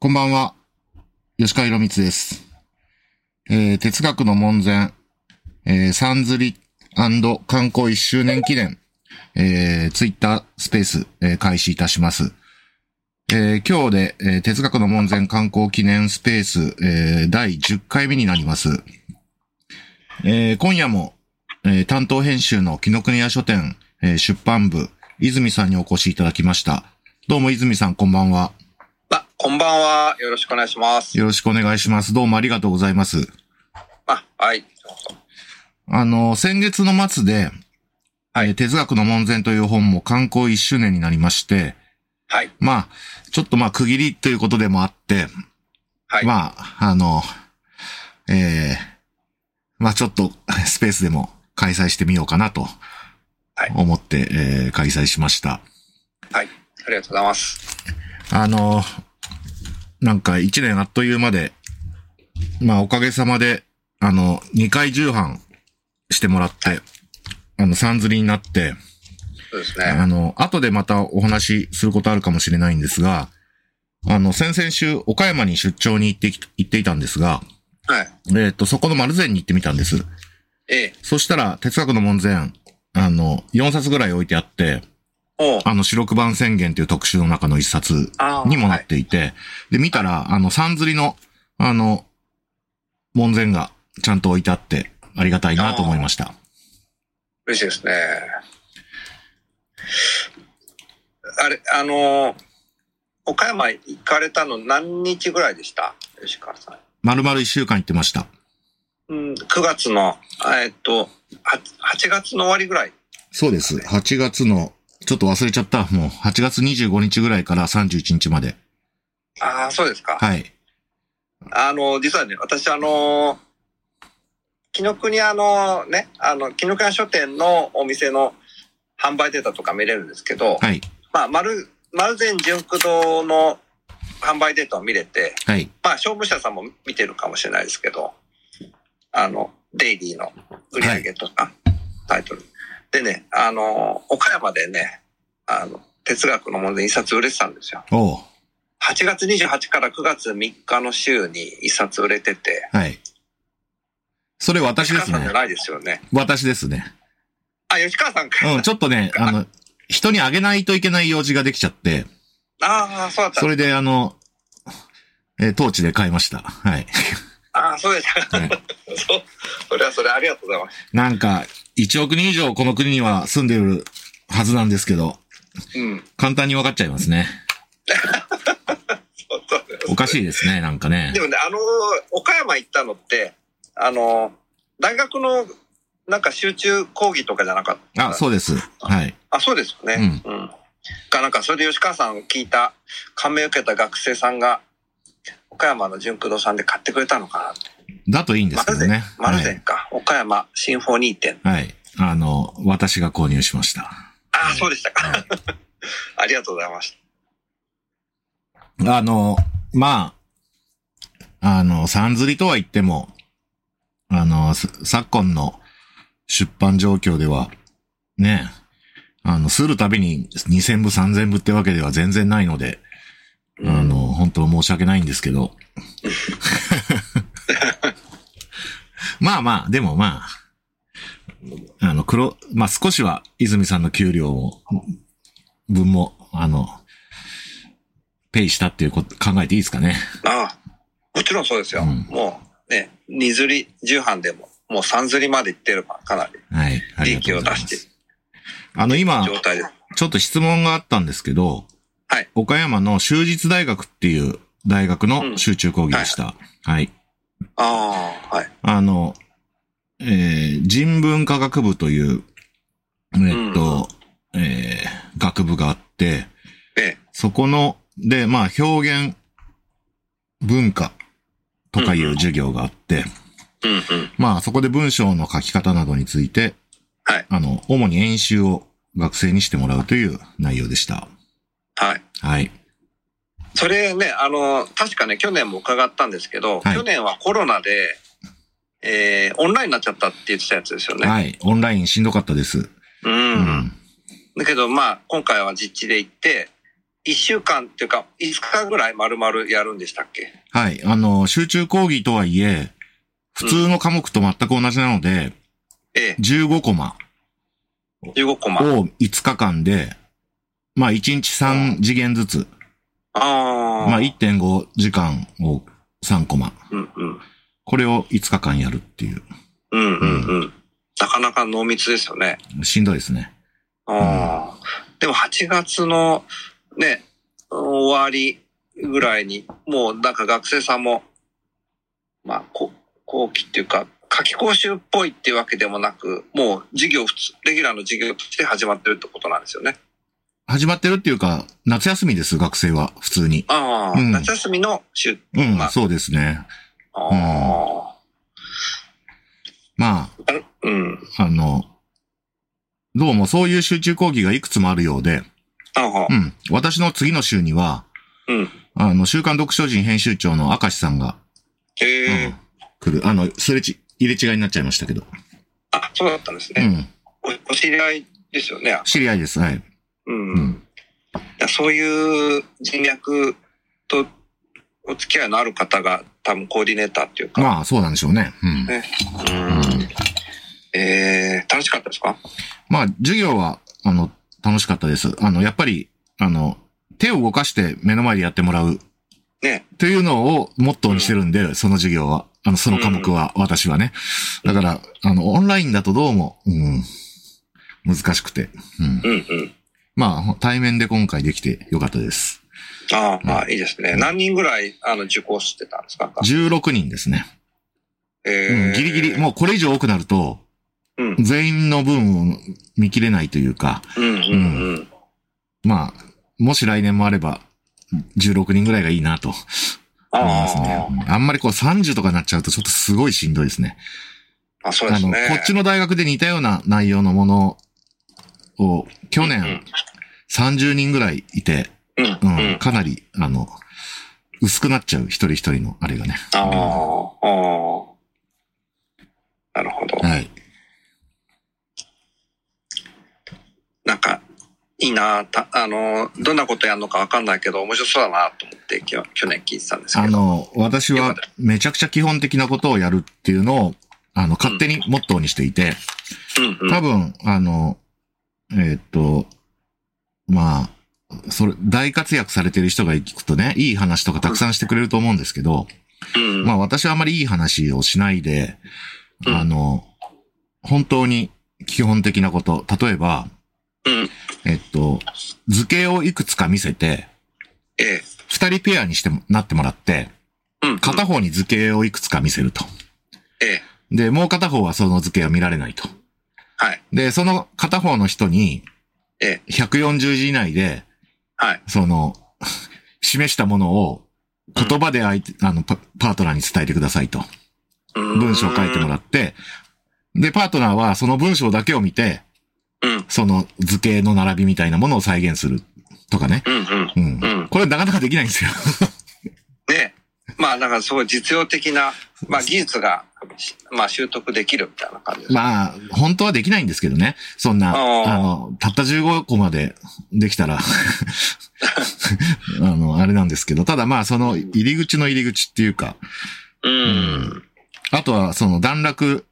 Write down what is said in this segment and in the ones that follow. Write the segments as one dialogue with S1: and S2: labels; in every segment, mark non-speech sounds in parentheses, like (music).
S1: こんばんは。吉川博光です。えー哲学の門前、えー、さんずり観光1周年記念、えー、ツイッタースペース、えー開始いたします。えー今日で、えー哲学の門前観光記念スペース、えー第10回目になります。えー今夜も、えー担当編集の木の国屋書店、えー出版部、泉さんにお越しいただきました。どうも泉さん、こんばんは。
S2: あ、こんばんは。よろしくお願いします。
S1: よろしくお願いします。どうもありがとうございます。
S2: あ、はい。
S1: あの、先月の末で、えー哲学の門前という本も刊行1周年になりまして、
S2: はい。
S1: まあ、ちょっとまあ区切りということでもあって、
S2: はい。
S1: まあ、あの、えーまあちょっとスペースでも開催してみようかなと
S2: はい、
S1: 思って、えー開催しました。
S2: はい。ありがとうございます。
S1: あの、なんか一年あっという間で、まあおかげさまで、あの、二回重版してもらって、あの、さんずりになって、
S2: そうですね。
S1: あの、後でまたお話しすることあるかもしれないんですが、あの、先々週、岡山に出張に行ってき、行っていたんですが、
S2: はい。
S1: えっ、と、そこの丸善に行ってみたんです。
S2: ええ。
S1: そしたら、哲学の門前、あの、4冊ぐらい置いてあって、
S2: おう。
S1: あの、四六番宣言という特集の中の一冊
S2: あー
S1: にもなっていて、で、見たら、あの、さんずりの、あの、門前がちゃんと置いてあって、ありがたいなと思いました。
S2: 嬉しいですね。あれ、あのー岡山行かれたの何日ぐらいでした吉川さ
S1: まるまる一週間行ってました。
S2: ん。うん、9月の、あえっと、は8月の終わりぐらい。
S1: そうです。8月の、ちょっと忘れちゃった。もう、8月25日ぐらいから31日まで。
S2: ああ、そうですか。
S1: はい。
S2: あの、実はね、私あの、紀ノ国屋のね、あの、紀ノ国屋書店のお店の販売データとか見れるんですけど、
S1: はい。
S2: まあ、丸、丸善純駆堂の販売データを見れて、
S1: はい。
S2: まあ、勝負者さんも見てるかもしれないですけど、あの、デイリーの売り上げとか、タイトル。でね、あの、岡山でね、あの、哲学の門で一冊売れてたんですよ。
S1: おう。
S2: 8月28から9月3日の週に一冊売れてて、
S1: はい。それ私
S2: 吉
S1: です
S2: 川さんじ
S1: ね
S2: ゃ。ないですよね。
S1: 私ですね。
S2: あ、吉川さんか。
S1: うん、ちょっとね、あの、人にあげないといけない用事ができちゃって、
S2: ああ、そうだった
S1: そ。れであの、えー、当地で買いました。はい。
S2: ああ、そうでした。
S1: はい
S2: (laughs) そう。それはそれありがとうございます。
S1: なんか、1億人以上この国には住んでるはずなんですけど、
S2: うん。
S1: 簡単に分かっちゃいますね。
S2: そうそうです
S1: おかしいですね、なんかね
S2: で。もね、あの、岡山行ったのって、あの、大学のなんか集中講義とかじゃなかった。
S1: あ、そうです。はい。
S2: あ、そうですよね。うん。か、なんか、それで吉川さんを聞いた、感銘を受けた学生さんが、岡山の純駆堂さんで買ってくれたのかなって。
S1: だといいんですけどね。
S2: マル
S1: は
S2: ゼ
S1: い
S2: ンか。岡山シンフォニー店。
S1: はい。あの、私が購入しました。
S2: ああ、そうでした
S1: は
S2: か。 (laughs) ありがとうございまし
S1: あの、まあ、あの、さんずりとは言っても、あの、さ昨今の出版状況では、ね、あの、するたびに2000部3000部ってわけでは全然ないので、
S2: た。
S1: あの、本当申し訳ないんですけど。 (laughs) まあまあ、でもまあ、あの、黒、まあ少しは泉さんの給料を、分も、あの、ペイしたっていうこと考えていいですかね。
S2: ああ、もちろんそうですよ。
S1: うん
S2: もうね、2釣り、重版でも、もう3釣りまで行ってるから、かなり
S1: はい。あり
S2: 利
S1: が
S2: 益
S1: とう
S2: を
S1: ござい
S2: 出
S1: ま
S2: して
S1: す。あの、今、
S2: 状態です。
S1: ちょっと質問があったんですけど、
S2: はい
S1: 岡山の修実大学っていう大学の集中講義でした。はい。
S2: ああ、はい。
S1: あの、えー人文科学部という、えっと、えー学部があって、
S2: ええ、
S1: そこの、で、まあ、表現、文化とかいう授業があって、
S2: うんうん。
S1: まあ、そこで文章の書き方などについて、
S2: はい
S1: あの、主に演習を学生にしてもらうという内容でした。
S2: はい。
S1: はい。
S2: それね、あの、確かね、去年も伺ったんですけど、
S1: はい
S2: 去年はコロナで、えー、オンラインになっちゃったって言ってたやつですよね。
S1: はい。オンラインしんどかったです。
S2: う。
S1: うん
S2: だけど、まあ、今回は実地で行って、一週間っていうか、5日ぐらい丸々やるんでしたっけ
S1: はい。あの、集中講義とはいえ、普通の科目と全く同じなので、
S2: ええ、
S1: 15コマ
S2: 15コマ。あ
S1: を5日間で、まあ1日3次元ずつ、
S2: あー。
S1: まあ1.5時間を3コマ。
S2: うんうん。
S1: これを5日間やるっていう。
S2: うんうんうん。なかなか濃密ですよね。
S1: しんどいですね。
S2: ああ。でも8月のね、終わりぐらいに、もうなんか学生さんも、まあ、こ後期っていうか、夏期講習っぽいっていうわけでもなく、もう授業普通、レギュラーの授業として始まってるってことなんですよね。
S1: 始まってるっていうか、夏休みです、学生は、普通に。
S2: ああ、
S1: うん
S2: 夏休みの週、
S1: うん、
S2: まあ
S1: そうですね。
S2: ああ、
S1: ま
S2: うん。
S1: あ、あの、どうもそういう集中講義がいくつもあるようで、
S2: ああ
S1: う、ん、私の次の週には、
S2: うん。
S1: あの、週刊読書人編集長の明石さんが、
S2: ええ
S1: うん、来る。あの、すれち、入れ違いになっちゃいましたけど。
S2: あ、そうだったんです
S1: う
S2: ね。
S1: ん。
S2: おお知り合いですよね。
S1: 知り合いです。はい。
S2: うん。
S1: うん。
S2: だそういう人脈とお付き合いのある方が多分コーディネーターっていうか、
S1: まあ、そうなんでしょうね。うん。
S2: うんえー、楽しかったですか
S1: まあ、授業は、あの、楽しかったです。あの、やっぱり、あの、手を動かして目の前でやってもらう。
S2: ね。
S1: というのをモットーにしてるんで、その授業は。あの、その科目は、私はね。だから、あの、オンラインだとどうも、うん、難しくて。うん。
S2: うんうん。
S1: まあ、対面で今回できてよかったです。
S2: ああ、まあいいですね。何人ぐらいあの受講してたんですか
S1: 16人ですね。うん、
S2: え
S1: ギリギリ、もうこれ以上多くなると、
S2: うん。
S1: 全員の分を見切れないというか、
S2: うんうんうん。
S1: まあ、もし来年もあれば、16人ぐらいがいいなと思い
S2: あ
S1: ますね
S2: あ、。
S1: あんまりこう30とかになっちゃうとちょっとすごいしんどいですね。
S2: あ、そうで
S1: あ
S2: す
S1: の、こ
S2: ね。
S1: っちの大学で似たような内容のものを、去年30人ぐらいいて、
S2: うん
S1: う
S2: うん。うんん。
S1: かなり、あの、薄くなっちゃう、一人一人のあれがね。
S2: ああ、ああ。なるほど。
S1: はい。
S2: なんか、いいなたあの、どんなことやるのかわかんないけど、面白そうだなと思って、きょ去年聞いてたんですけ
S1: あ
S2: ど。
S1: の、私はめちゃくちゃ基本的なことをやるっていうのを、あの、勝手にモットーにしていて、
S2: うんうん
S1: 多分、あの、えーっと、まあ、それ、大活躍されてる人が聞くとね、いい話とかたくさんしてくれると思うんですけど、
S2: うん
S1: まあ私はあまりいい話をしないで、
S2: うん
S1: あの、本当に基本的なこと、例えば、
S2: うん。
S1: えっと、図形をいくつか見せて、
S2: ええ。
S1: 二人ペアにしても、なってもらって、
S2: うん。
S1: 片方に図形をいくつか見せると。
S2: ええ。
S1: で、もう片方はその図形を見られないと。
S2: はい。
S1: で、その片方の人に、
S2: え
S1: 140字以内で、
S2: はい。
S1: その、示したものを言葉で相手、あのパ、パートナーに伝えてくださいと。文
S2: 文
S1: 章を書いても
S2: ら
S1: らって、で、パートナーはその文章だけを見て、
S2: うん。うん。
S1: その図形の並びみたいなものを再現するとかね。
S2: うん。
S1: うん
S2: う。ん。
S1: これなかなかできないんですよ。
S2: ね。まあ、だからすごい実用的な、まあ、技術が、まあ、習得できるみたいな感じです。
S1: まあ、本当はできないんですけどね。そんな、
S2: あー
S1: あの、たった15個までできたら、あの、あれなんですけど、ただまあ、その入り口の入り口っていうか、
S2: うん。
S1: あとは、その段落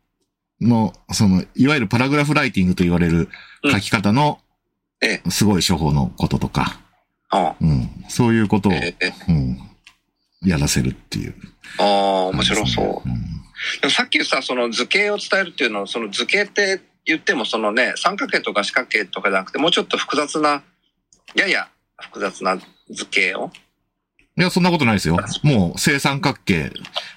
S1: の、その、いわゆるパラグラフライティングと言われる書き方の
S2: うんえ、
S1: すごい処方のこととか、
S2: あ
S1: うん、そういうことを、
S2: ええ。
S1: うん、やらせるっていう、
S2: ああ、面白そう。
S1: うん。
S2: でもさっきさ、その図形を伝えるっていうのは、その図形って言っても、そのね、三角形とか四角形とかじゃなくて、もうちょっと複雑な、やや複雑な図形を。
S1: いや、そんなことないですよ。もう、正三角形、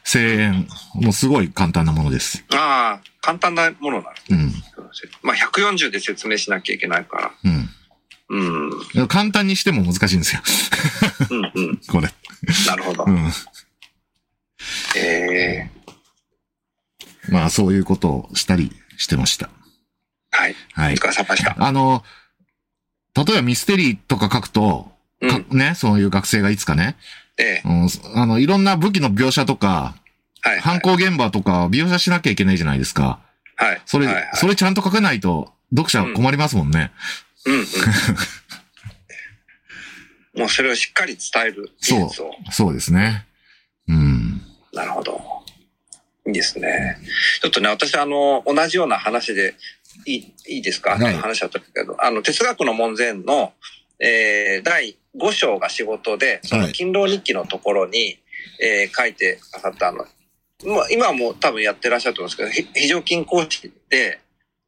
S1: 正円、もうすごい簡単なものです。
S2: ああ、簡単なものなんです
S1: う
S2: ね。
S1: ん、
S2: まあ、140で説明しなきゃいけないから。
S1: うん
S2: うん。う
S1: い
S2: ん
S1: や。簡単にしても難しいんですよ。
S2: うん。
S1: これ。
S2: なるほど
S1: う。ん。
S2: ええ
S1: まあ、そういうことをしたりしてました。
S2: はい。
S1: は
S2: お
S1: い
S2: 疲。れ様でした。
S1: あの、例えばミステリーとか書くと、
S2: う
S1: か
S2: ん。
S1: ね、そういう学生がいつかね、
S2: ええ
S1: うん、そあの、いろんな武器の描写とか、
S2: はい。
S1: 犯行現場とか描写しなきゃいけないじゃないですか。
S2: はい。
S1: それ、
S2: はいはい
S1: それちゃんと書かない (laughs) と、読者は困りますもんね。
S2: うんうん。もうそれをしっかり伝える技術を。
S1: そうですね。うん。
S2: なるほど。いいですね。ちょっとね、私、あの、同じような話で、いい、いいですか、
S1: はい
S2: 話だったけど、あの、哲学の門前の、えー、第5章が仕事で、その勤労日記のところに、えー書いてくださったあの、まあ、今はもう多分やってらっしゃると思うんですけど、ひ非常勤講師で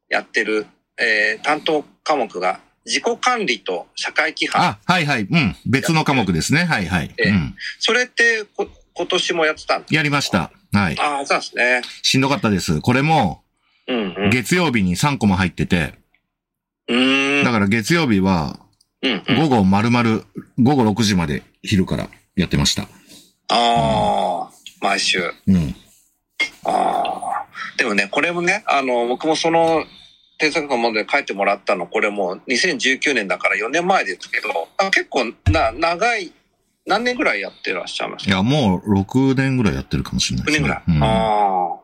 S2: やってる、えー担当科目が、自己管理と社会規範。
S1: あ、はいはい。うん。別の科目ですね。はいはい。
S2: ええ
S1: うん。
S2: それってこ、今年もやってたんです
S1: やりました。はい。
S2: ああ、そうですね。
S1: しんどかったです。これも、
S2: うんうん。
S1: 月曜日に3個も入ってて、
S2: うーん
S1: だ。から月曜日は、
S2: うんうん、
S1: 午後丸々、午後6時まで昼からやってました。
S2: ああ、毎週。
S1: うん。
S2: ああ。でもね、これもね、あの、僕もその、添削の問題で書いてもらったの、これもう2019年だから4年前ですけど、あ結構な、長い、何年ぐらいやってらっしゃいまし
S1: いや、もう6年ぐらいやってるかもしれな
S2: た
S1: いで
S2: ?9
S1: す
S2: 年
S1: ね。
S2: ぐらい。
S1: うん
S2: ああ。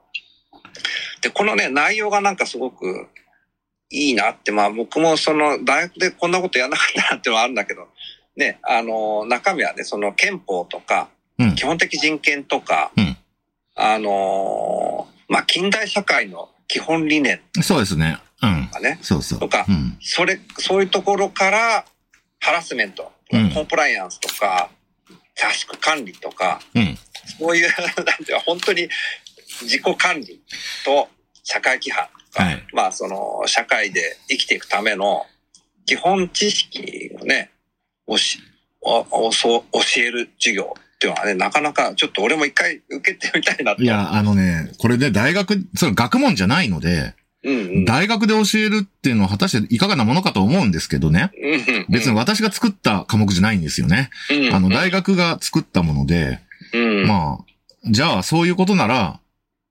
S2: で、このね、内容がなんかすごくいいなって、まあ僕もその、大学でこんなことやらなかったなってのはあるんだけど、ね、あの、中身はね、その憲法とか、
S1: うん
S2: 基本的人権とか、
S1: うん
S2: あのーまあ、近代社会の基本理念
S1: そうですね。うん
S2: と。かね、
S1: そうそう。
S2: とか
S1: うん。
S2: それ、そういうところから、ハラスメント、
S1: うん
S2: コンプライアンスとか、タスク管理とか、
S1: うん。
S2: そう (laughs) いう、なんていうか、本当に自己管理と社会規範とか、
S1: はい
S2: まあ、その、社会で生きていくための基本知識をね、おし、お、おそう教える授業っていうのはね、なかなか、ちょっと俺も一回受けてみたいなと。
S1: いや、あのね、これで大学、それ学問じゃないので、
S2: うんうん、
S1: 大学で教えるっていうのは果たしていかがなものかと思うんですけどね。
S2: うんうん。
S1: 別に私が作った科目じゃないんですよね。
S2: うんうん、
S1: あの、大学が作ったもので、
S2: うん、
S1: まあ、じゃあそういうことなら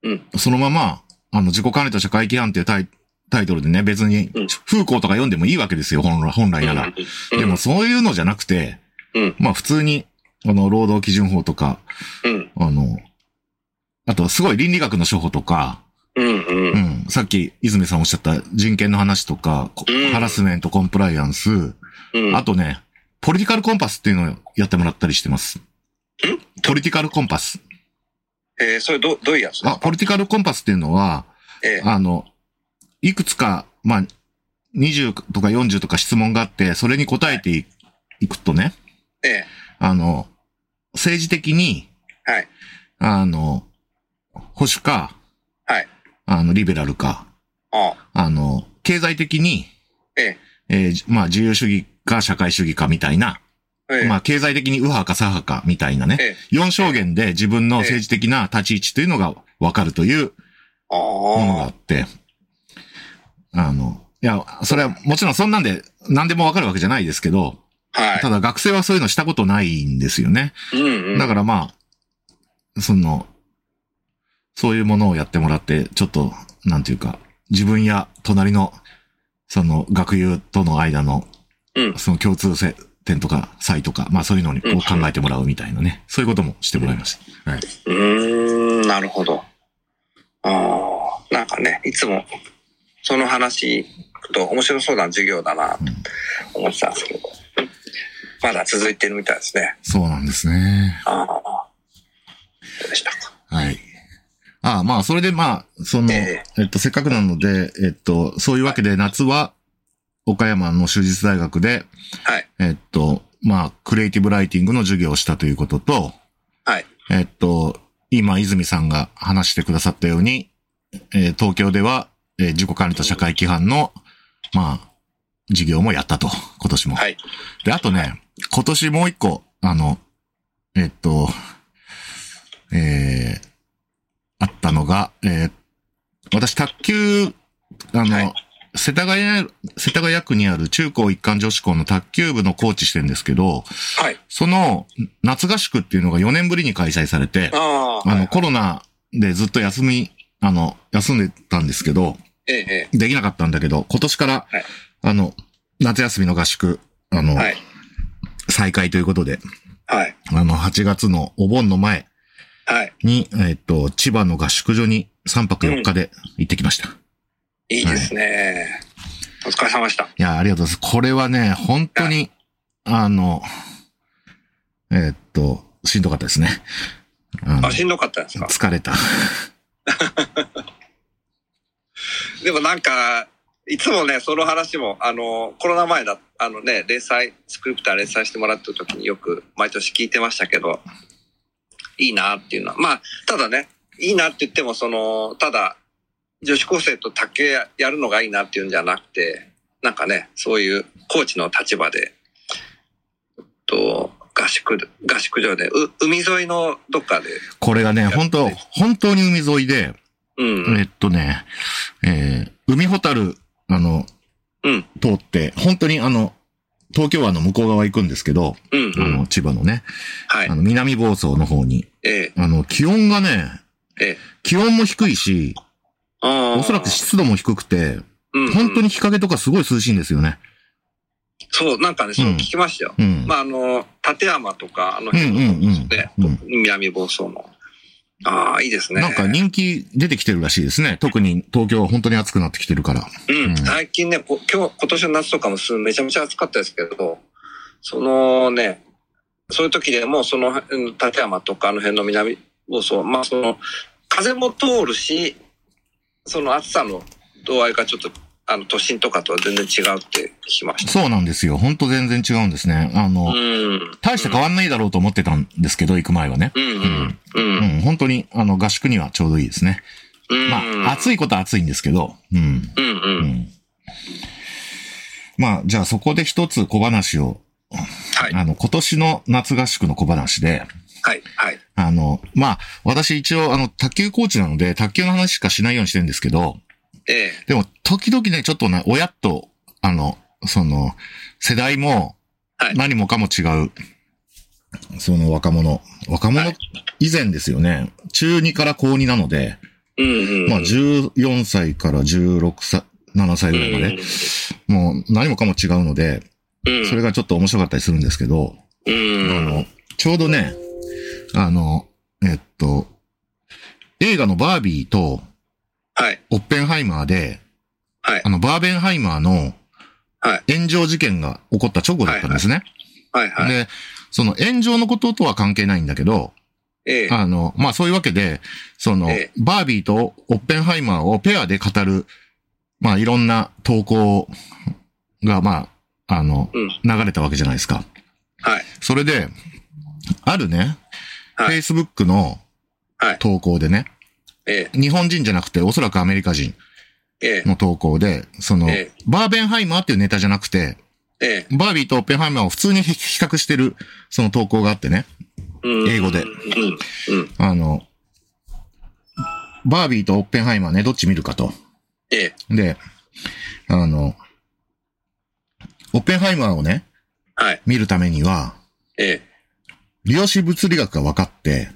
S2: うん、
S1: そのまま、あの、自己管理と社会規範っていうタイタイトルでね、別に
S2: うん、
S1: 風光とか読んでもいいわけですよ、本来本来なら。
S2: うん、
S1: でもそういうのじゃなくて、
S2: うん
S1: まあ普通に、あの、労働基準法とか、
S2: うん、
S1: あの、あとはすごい倫理学の処方とか、
S2: うん、うん、う、
S1: うんん、さっき泉さんおっしゃった人権の話とか、こ
S2: うん
S1: ハラスメント、コンプライアンス、
S2: うん。
S1: あとね、ポリティカルコンパスっていうのをやってもらったりしてます。ポリティカルコンパス。
S2: えー、それど、どういうやつ
S1: あ、ポリティカルコンパスっていうのは、
S2: えー、
S1: あの、いくつか、まあ、20とか40とか質問があって、それに答えていいくとね、
S2: え
S1: あの、政治的に、
S2: ー、はい、
S1: あの、保守か、
S2: はい。
S1: あの、リベラルか、
S2: あ
S1: あの、経済的に、
S2: え
S1: えーまあ、自由主義か社会主義かみたいな、
S2: えー、
S1: まあ、経済的に右派か左派かみたいなね、
S2: え
S1: 4証言で自分の政治的な立ち位置というのがわかるという
S2: あ
S1: ものが
S2: あ
S1: あって、あの、いや、それはもちろんそんなんで何でもわかるわけじゃないですけど、
S2: ー、はい。
S1: ただ学生はそういうのしたことないんですよね。
S2: うん、うん。
S1: だからまあ、その、そういうものをやってもらって、ちょっと、なんていうか、自分や隣の、その、学友との間の、
S2: うん
S1: その共通性点とか、差異とか、まあそういうのにこ
S2: うん
S1: う考えてもらうみたいなね、そういうこともしてもらいました。はい。
S2: うーん、なるほど。ああ、なんかね、いつも、その話、と面白そうな授業だな、思ってたんですけど。まだ続いてるみたいですね。
S1: そうなんですね。
S2: ああ。そうでしたか。
S1: はい。ああ、まあ、それでまあ、その、
S2: え
S1: えっと、せっかくなので、えっと、そういうわけで夏は、岡山の修実大学で、
S2: はい。
S1: えっと、まあ、クリエイティブライティングの授業をしたということと、
S2: はい。
S1: えっと、今、泉さんが話してくださったように、えー東京では、えー自己管理と社会規範の、まあ、授業もやったと、今年も。
S2: はい。
S1: で、あとね、今年もう一個、あの、えっと、えー、あったのが、えー私、卓球、あの、
S2: はい
S1: 世田谷、世田谷区にある中高一貫女子校の卓球部のコーチしてるんですけど、
S2: はい。
S1: その夏合宿っていうのが4年ぶりに開催されて、
S2: ああ。
S1: あ
S2: は
S1: の、
S2: い
S1: コロナでずっと休み、あの、休んでたんですけど、
S2: ええ、
S1: できなかったんだけど、今年から、
S2: はい
S1: あの、夏休みの合宿、あの、
S2: ええ。はい。
S1: 再開ということで、
S2: はい。
S1: あの、8月のお盆の前
S2: はい。
S1: に、えっと、千葉の合宿所に3泊4日で行ってきました。い
S2: いいですね。お疲れ様でした。
S1: や、ありがとうございます。これはね、本当に、あの、えーっと、しんどかったですね。あの
S2: あ、しんどかったんですか
S1: 疲れた。
S2: でもなんか、いつもね、その話も、あの、コロナ前だ、あのね、連載、スクリプター連載してもらった時によく毎年聞いてましたけど、いいなっていうのは。まあ、ただね、いいなって言っても、その、ただ、女子高生と卓球ややるのがいいなっていうんじゃなくて、なんかね、そういうコーチの立場で、と合宿、合宿場で、う海沿いのどっかで、
S1: これがね、本当本当に海沿いで、
S2: うん、
S1: えっとね、えー海ほたる、あの、
S2: うん、
S1: 通って、本当にあの、東京湾の向こう側行くんですけど、
S2: うん、う
S1: あ
S2: ん、
S1: の、千葉のね、
S2: はい
S1: あ、の、南房総の方に、
S2: ええ、
S1: あの、気温がね、
S2: ええ、
S1: 気温も低いし、
S2: お
S1: おそらく湿度も低くて、本当に日陰とかすごい涼しいんですよね。
S2: そう、なんかね、そう聞きましたよ。
S1: うん。
S2: まあ、あの、立山とか、あの
S1: うん
S2: 辺
S1: うんうん
S2: で、
S1: うん
S2: 南房総の。ああ、いいですね。
S1: なんか人気出てきてるらしいですね。特に東京は本当に暑くなってきてるから。
S2: う
S1: うん
S2: ん、最近ね、こ今日、今年の夏とかもすめちゃめちゃ暑かったですけど、そのね、そういう時でも、その、うん立山とかあの辺の南房総、まあ、その、風も通るし、その暑さの度合いがちょっと、あの、都心とかとは全然違うって聞きました。
S1: そうなんですよ。本当全然違うんですね。あ
S2: う
S1: の、
S2: ん。
S1: 大して変わんないだろうと思ってたんですけど、行く前はね。
S2: うんうん。
S1: う
S2: う。
S1: んん、本当に、あの、合宿にはちょうどいいですね。
S2: うん。
S1: まあ、暑いことは暑いんですけど、うん。
S2: うんう。
S1: うんん。まあ、じゃあそこで一つ小話を、
S2: はい。
S1: あの、今年の夏合宿の小話で、
S2: はい。はい。
S1: あの、まあ、私一応、あの、卓球コーチなので、卓球の話しかしないようにしてるんですけど、
S2: ええ。
S1: でも、時々ね、ちょっとね、親と、あの、その、世代も
S2: は、い
S1: 何もかも違う、その若者。若
S2: は
S1: 者
S2: い
S1: 以前ですよね。中2から高2なので、
S2: うんうん。
S1: まあ、14歳から16歳、7歳ぐらいまで、もう何もかも違うので、
S2: うん。
S1: それがちょっと面白かったりするんですけど、
S2: うん。
S1: あの、ちょうどね、あの、えっと、映画のバービーと
S2: はい。
S1: オッペンハイマーで、
S2: はい
S1: あ。の、バーベンハイマーの
S2: はい。
S1: 炎上事件が起こった直後だったんですね。
S2: はい。はい。
S1: で、その炎上のこととは関係ないんだけど、
S2: ええ。
S1: あの、まあ、そういうわけで、その
S2: ええ、
S1: バービーとオッペンハイマーをペアで語る、まあ、いろんな投稿が、まあ、あの、
S2: うん
S1: 流れたわけじゃないですか。
S2: はい。
S1: それで、あるね、
S2: はい
S1: Facebook の
S2: はい
S1: 投稿でね、
S2: ええ。
S1: 日本人じゃなくておそらくアメリカ人
S2: ええ。
S1: の投稿で、その
S2: ええ、
S1: バーベンハイマーっていうネタじゃなくて、
S2: ええ。
S1: バービーとオッペンハイマーを普通に比較してる、その投稿があってね。
S2: うん
S1: 英語で
S2: うん。うん。
S1: あの、バービーとオッペンハイマーね、どっち見るかと。
S2: ええ。
S1: で、あの、オッペンハイマーをね、
S2: はい。
S1: 見るためには、
S2: ええ。
S1: 量子物理学が分かって、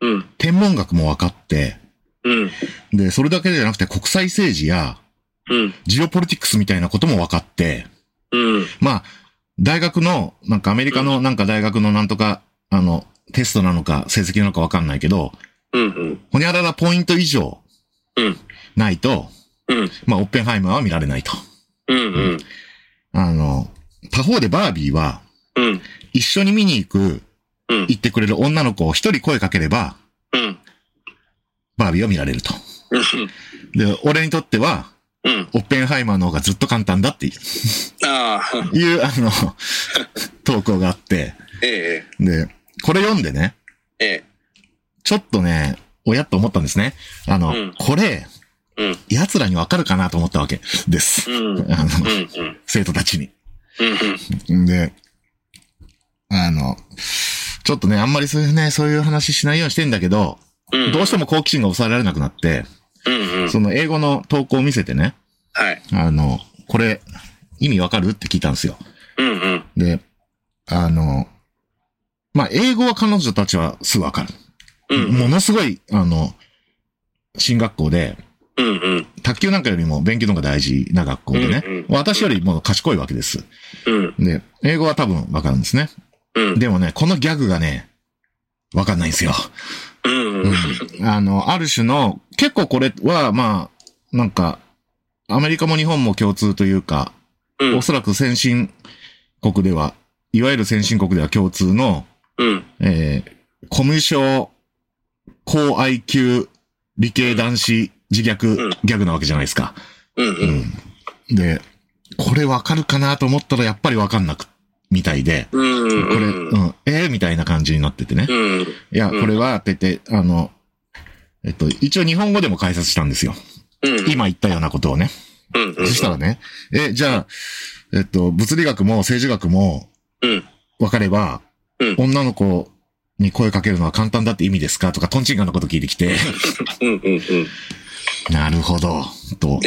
S2: うん。
S1: 天文学も分かって、
S2: うん。
S1: で、それだけじゃなくて国際政治や
S2: うん。
S1: ジオポリティクスみたいなことも分かって、
S2: うん。
S1: まあ、大学の、なんかアメリカのなんか大学のなんとか、あの、テストなのか成績なのか分かんないけど、
S2: うん。うん。
S1: ほにゃららポイント以上
S2: うん。
S1: ないと、
S2: うん。
S1: まあ、オッペンハイマーは見られないと。
S2: うん。うん。
S1: あの、他方でバービーは、
S2: うん。
S1: 一緒に見に行く、
S2: うん。
S1: 行ってくれる女の子を一人声かければ、
S2: うん。
S1: バービーを見られると。
S2: うん。
S1: で、俺にとっては、
S2: うん。
S1: オッペンハイマーの方がずっと簡単だってい
S2: ああ。
S1: う、いうあ
S2: (laughs)
S1: の、投稿があって、
S2: え
S1: で、これ読んでね、
S2: え。ええ。
S1: ちょっとね、おやっと思ったんですね。あの、
S2: うん
S1: これ、
S2: うん。
S1: 奴らにわかるかなと思ったわけです。
S2: うん。うん。
S1: あの、
S2: うん。
S1: 生徒たちに。
S2: うん。
S1: んで、あの、ちょっとね、あんまりそういうね、そういう話しないようにしてんだけど、
S2: うん。
S1: どうしても好奇心が抑えられなくなって、
S2: うん。うん。
S1: その英語の投稿を見せてね、
S2: はい。
S1: あの、これ、意味わかるって聞いたんですよ。
S2: うん。うん。
S1: で、あの、まあ、英語は彼女たちはすぐわか
S2: う
S1: る。
S2: ん。
S1: ものすごい、あの、進学校で、
S2: うん。うん。
S1: 卓球なんかよりも勉強の方が大事な学校でね、
S2: うんうん
S1: 私よりも賢いわけです。
S2: うん。
S1: で、英語は多分わかるんですね。
S2: うん。
S1: でもね、このギャグがね、わかんないんですよ。
S2: うん。うん。
S1: あの、ある種の、結構これは、まあ、なんか、アメリカも日本も共通というか、
S2: うん
S1: お。そらく先進国では、いわゆる先進国では共通の、
S2: うん。
S1: えー、コミュ障、高 IQ、理系男子、自虐、
S2: うん
S1: ギャグなわけじゃないですか。
S2: うんうん。
S1: うん。で、これわかるかなと思ったらやっぱりわかんなく、みたいで、
S2: うん
S1: これ、
S2: う
S1: うん
S2: ん、
S1: えー、みたいな感じになっててね。
S2: うん。うん。
S1: いや、
S2: うん
S1: これは、って言って、あの、えっと、一応日本語でも解説したんですよ。
S2: うん。
S1: 今言ったようなことをね。
S2: うんうん。
S1: そしたらね、え、じゃあ、えっと、物理学も政治学も
S2: うん。
S1: 分かれば、
S2: うん
S1: 女の子に声かけるのは簡単だって意味ですかとか、トンチンカンのこと聞いてきて、
S2: うんうんうん。
S1: なるほど、と。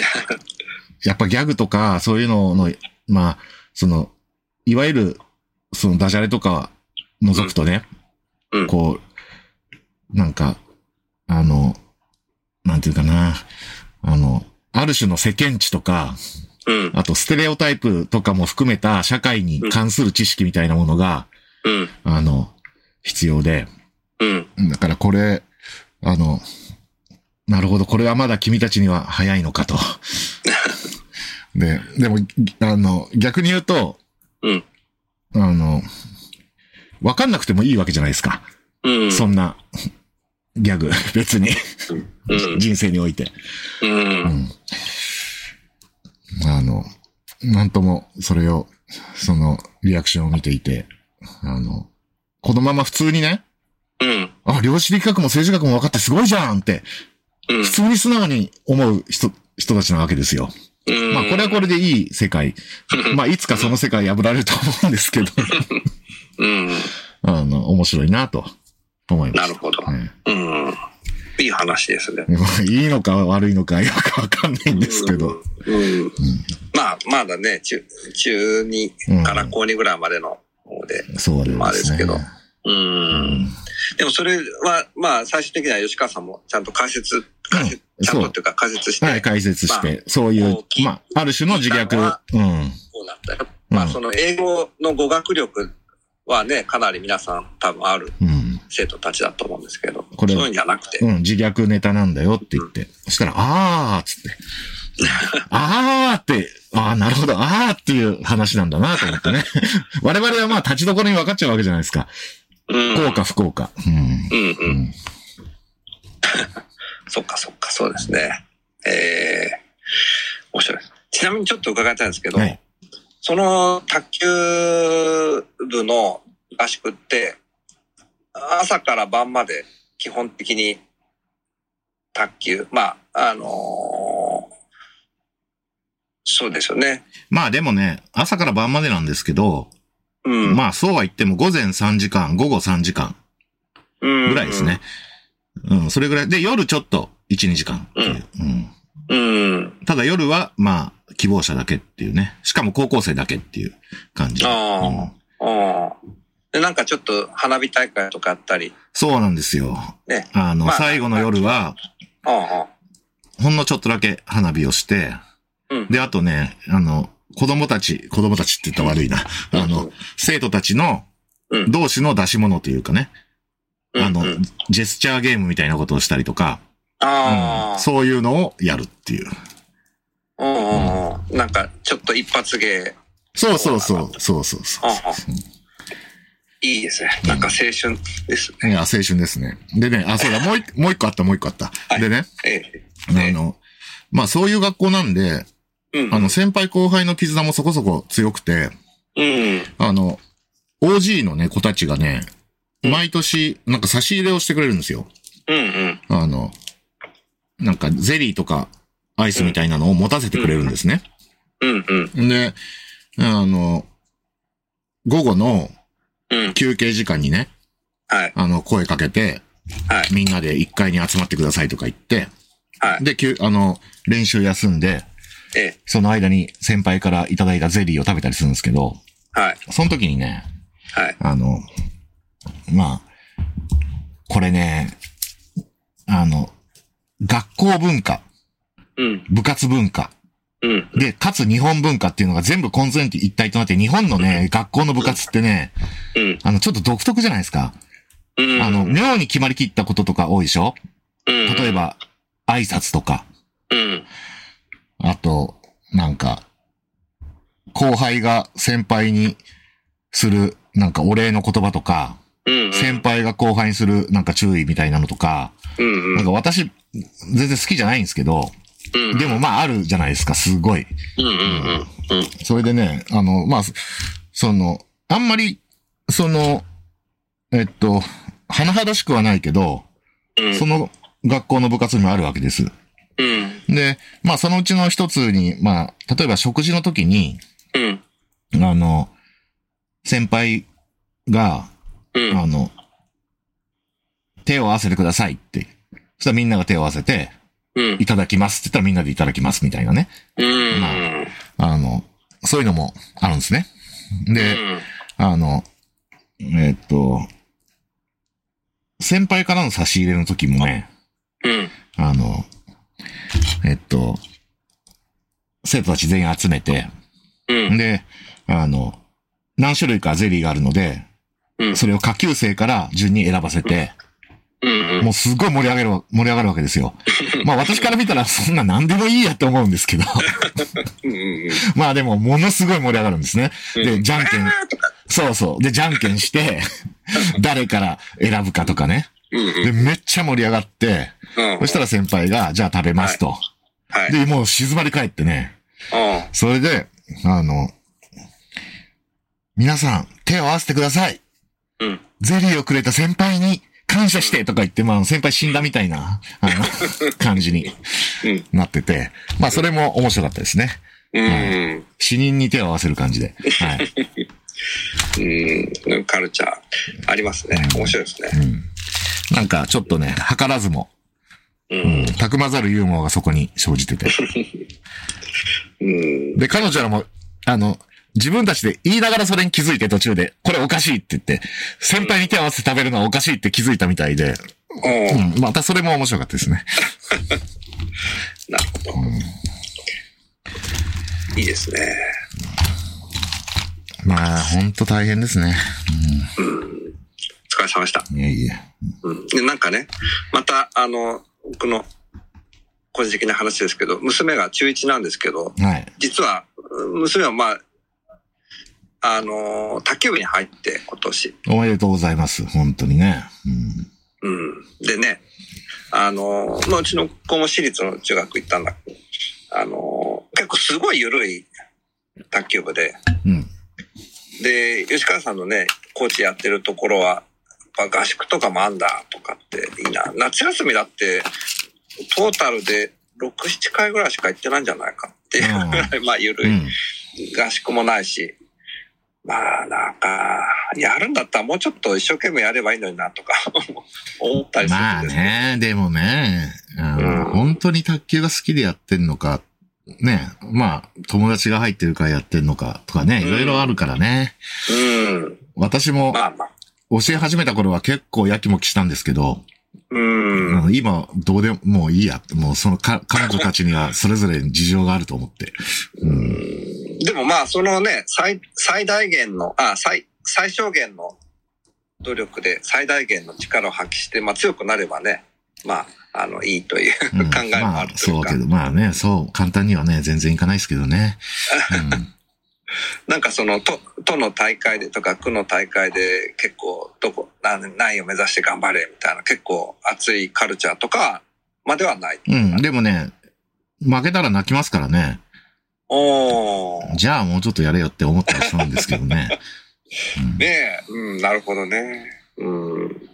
S1: やっぱギャグとか、そういうのの、まあ、その、いわゆる、そのダジャレとか除くとね、
S2: うんうん
S1: こう、なんか、あの、なんていうかな、あの、ある種の世間知とか、
S2: うん
S1: あと、ステレオタイプとかも含めた社会に関する知識みたいなものが、
S2: うん
S1: あの、必要で。
S2: うん。
S1: だからこれ、あの、なるほど、これはまだ君たちには早いのかと。 (laughs) で、でも、あの、逆に言うと、
S2: うん
S1: あの、わかんなくてもいいわけじゃないですか。
S2: うん。
S1: そんな、ギャグ、 (laughs) 別に、
S2: うん。
S1: 人生において。
S2: うん。
S1: うん。あの、なんとも、それを、その、リアクションを見ていて、あの、このまま普通にね、
S2: うん。
S1: あ、量子力学も政治学も分かってすごいじゃんって、
S2: うん
S1: 普。通に素直に思う人、人たちなわけですよ。
S2: うん。
S1: まあ、これはこれでいい世界。まあ、いつかその世界破られると思うんですけど、
S2: うん。
S1: あの、面白いなと、思いま
S2: な
S1: す。
S2: るほど。
S1: ね
S2: うん。いい話ですね。
S1: まあ、いいのか悪いのかよくわかんないんですけど。
S2: うん。うん。まあ、まだね、中、中2から高2ぐらいまでの方で。
S1: そうですね。
S2: まあですけどう。
S1: うんん。
S2: でもそれは、まあ、最終的には吉川さんもちゃんと解説、解説
S1: うん
S2: ちゃん
S1: そ
S2: と
S1: う
S2: っていうか解説して、
S1: はい、解説して、そういう
S2: 大き、い
S1: まあ、ある種の自虐
S2: 大きいな、
S1: うん。
S2: こうなったよ。まあ、その英語の語学力はね、かなり皆さん多分ある
S1: うん。
S2: 生徒たちだと思うんですけど、
S1: これ
S2: そういうんじゃなくて、
S1: うん、自虐ネタなんだよって言って。そしたら、あーっつって。 (laughs) あーって、あーなるほど、あーっていう話なんだなと思ってね。 (laughs) 我々はまあ、立ちどころに分かっちゃうわけじゃないですか。
S2: うん。
S1: 効果不効果。うん。
S2: うん
S1: う
S2: うん。
S1: ん。
S2: そっかそっか、そうですね。えー、面白いです。ちなみにちょっと伺いたいんですけど、
S1: はい。
S2: その卓球部の合宿って、朝から晩まで基本的に卓球、まあ、あのーそうですよね。
S1: まあでもね、朝から晩までなんですけど、
S2: うん。
S1: まあそうは言っても午前3時間、午後3時間
S2: ぐ
S1: ぐらいですね。。うん、それぐらい。で、夜ちょっと1、2時間っていう。うん
S2: うん。
S1: ただ夜は、まあ、希望者だけっていうね。しかも高校生だけっていう感じ。
S2: あ
S1: う
S2: ー
S1: ん
S2: ああ。で、なんかちょっと花火大会とかあったり。
S1: そうなんですよ。
S2: ね
S1: あの、
S2: まあ
S1: 最後の夜は、
S2: ああ。
S1: ほんのちょっとだけ花火をして、
S2: うん。
S1: で、あとね、あの、子供たち、子供たちって言ったら悪いな。
S2: うん
S1: あの、生徒たちの
S2: うん、
S1: 同士の出し物というかね、
S2: うん
S1: あの
S2: うん、
S1: ジェスチャーゲームみたいなことをしたりとか、
S2: あ
S1: うん
S2: あ。
S1: そういうのをやるっていう。
S2: うんうんうん。なんかちょっと一発芸。
S1: そうそうそう、そうそうそ
S2: あ
S1: う。
S2: あ。いいですね。なんか青春です。
S1: いや、青春ですね。でね、あ、そうだ、もう一、もう一個あった、もう一個あった。
S2: はい
S1: でね、
S2: ええ。
S1: あの、まあそういう学校なんで、
S2: うん。
S1: あの、先輩後輩の絆もそこそこ強くて、
S2: うん。
S1: あの、OG のね、子たちがね、
S2: うん
S1: 毎年、なんか差し入れをしてくれるんですよ。
S2: うんうん。
S1: あの、なんかゼリーとかアイスみたいなのを持たせてくれるんですね。
S2: うんうん。
S1: で、あの、午後の
S2: うん。
S1: 休憩時間にね、
S2: はい。
S1: あの、声かけて、
S2: はい
S1: みんなで1階に集まってくださいとか言って、
S2: はい。
S1: で、休あの、練習休んで、
S2: ええ。
S1: その間に先輩からいただいたゼリーを食べたりするんですけど、
S2: はい。
S1: その時にね、
S2: はい。
S1: あの、まあ、これね、あの、学校文化、
S2: うん。
S1: 部活文化、
S2: うん。
S1: で、かつ日本文化っていうのが全部混然一体となって、日本のね、学校の部活ってね、
S2: うん。
S1: あの、ちょっと独特じゃないですか。
S2: うん。
S1: あの、妙に決まりきったこととか多いでしょ
S2: うん、
S1: 例えば、挨拶とか、
S2: うん。
S1: あと、なんか、後輩が先輩にする、なんかお礼の言葉とか、
S2: うんうん。
S1: 先輩が後輩にするなんか注意みたいなのとか、
S2: うんう
S1: なん
S2: ん。
S1: か私、全然好きじゃないんですけど、
S2: うん
S1: でもまああるじゃないですか、すごい。
S2: うんうんうん。うん
S1: それでね、あの、まあ、そその、あんまり、その、えっと、甚だしくはないけど、
S2: うん。
S1: その学校の部活にもあるわけです。
S2: うん。
S1: で、まあそのうちの一つに、まあ、例えば食事の時に、
S2: うん。
S1: あの、先輩が、
S2: うん。
S1: あの、手を合わせてくださいって。そしたらみんなが手を合わせて、
S2: うん
S1: い。ただきますって言ったらみんなでいただきますみたいなね。
S2: うん。
S1: まあの、そういうのもあるんですね。で、あの、えーっと、先輩からの差し入れの時もね、
S2: うん。
S1: あの、えっと、生徒たち全員集めて、
S2: うん。
S1: で、あの、何種類かゼリーがあるので、
S2: うん。
S1: それを下級生から順に選ばせて、
S2: うん。
S1: もうすごい盛り上げる、盛り上がるわけです
S2: (laughs)
S1: よ。まあ私から見たらそんな何でもいいやって思うんです
S2: (laughs)
S1: けど、
S2: うん。うん。
S1: まあでもものすごい盛り上がるんですね。で、じゃんけん、
S2: とか。
S1: そうそう。で、じゃんけん
S2: (laughs)
S1: して、誰から選ぶかとかね。
S2: うん。うん。
S1: で、めっちゃ盛り上がって、
S2: うん。
S1: そしたら先輩が、じゃあ食べますと。
S2: はい。
S1: で、もう静まり返ってね。
S2: う
S1: それで、あの、皆さん、手を合わせてください。
S2: ん。うん。
S1: ゼリーをくれた先輩に感謝してとか言って、まあ、先輩死んだみたいな、
S2: (laughs)
S1: あの、感じに
S2: うん。
S1: なってて。まあ、それも面白かったですね。
S2: うん。
S1: 死人に手を合わせる感じで。
S2: (laughs)
S1: はい。
S2: うん、カルチャーありますね。面白いですね。
S1: うん。なんか、ちょっとね、計らずも、
S2: うん。
S1: たくまざるユーモアがそこに生じてて。
S2: うん。
S1: で、彼女らも、あの、自分たちで言いながらそれに気づいて途中で、これおかしいって言って、先輩に手を合わせて食べるのはおかしいって気づいたみたいで、
S2: お
S1: う
S2: ー
S1: ん、またそれも面白かったですね。
S2: なるほど。いいですね。
S1: まあ、ほんと大変ですね。
S2: お疲れ様でした。
S1: いやいや。
S2: うん。で、なんかね、また、あの、僕の個人的な話ですけど、娘が中1なんですけど、
S1: はい。
S2: 実は、うん娘はまあ、あの、卓球部に入って、今年。
S1: おめでとうございます。本当にね。
S2: うん。でね、あの、まあ、うちの子も私立の中学行ったんだけど、あの、結構すごい緩い卓球部で、
S1: うん。うん。
S2: で、吉川さんのね、コーチやってるところは、やっぱ合宿とかもあんだとかっていいな。夏休みだって、トータルで6、7回ぐらいしか行ってないんじゃないかっていうぐらい、まあ、緩
S1: う
S2: い。
S1: ん。
S2: 合宿もないし、まあなんか、やるんだったらもうちょっと一生懸命やればいいのになとか (laughs) 思ったりす
S1: ま
S2: る
S1: あ
S2: んですけど
S1: ね、でもね、あの
S2: うん
S1: 本当に卓球が好きでやってんのか、ね、まあ、友達が入ってるからやってんのかとかね、いろいろあるからね。
S2: うん。
S1: 私も、
S2: まあまあ。
S1: 教え始めた頃は結構やきもきしたんですけど、
S2: うん。
S1: うん今、どうでも、もういいや。もうそのか、彼女たちにはそれぞれ事情があると思って。うん。
S2: でもまあそのね、最、最大限の、あ、最、最小限の努力で最大限の力を発揮して、まあ強くなればね、まあ、あの、いいという (laughs)
S1: うん
S2: (laughs) 考えも
S1: ま
S2: あ
S1: あ
S2: る、とい
S1: そうう
S2: か、
S1: けど、まあね、そう、簡単にはね、全然いかないですけどね。
S2: なんかその、都、都の大会でとか区の大会で結構、どこ、な何を目指して頑張れみたいな、結構熱いカルチャーとかまではない。
S1: うん。うん。でもね、負けたら泣きますからね。
S2: おー。
S1: じゃあもうちょっとやれよって思ったりするんですけどね。うん
S2: ねえ、うん、なるほどね。うん。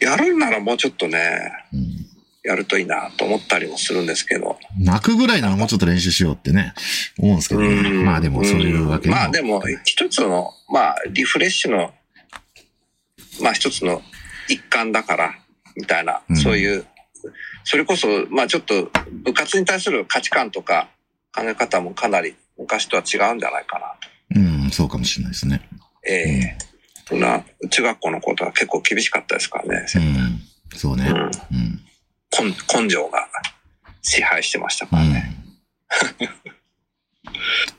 S2: やるんならもうちょっとね、
S1: うん
S2: やるといいなと思ったりもするんですけど。
S1: 泣くぐらいならもうちょっと練習しようってね、思うんですけどね。
S2: うん
S1: まあでもそういうわけ
S2: ん
S1: に
S2: まあでも、一つの、まあ、リフレッシュの、まあ一つの一環だから、みたいな
S1: う、ん
S2: そういう、それこそ、まあちょっと部活に対する価値観とか考え方もかなり昔とは違うんじゃないかな
S1: うん、そうかもしれないですね。
S2: と。ええそんな、中学校のことは結構厳しかったですからね。
S1: うん。そうね。
S2: うん
S1: うん。
S2: 根根性が支配してましたからね。
S1: うん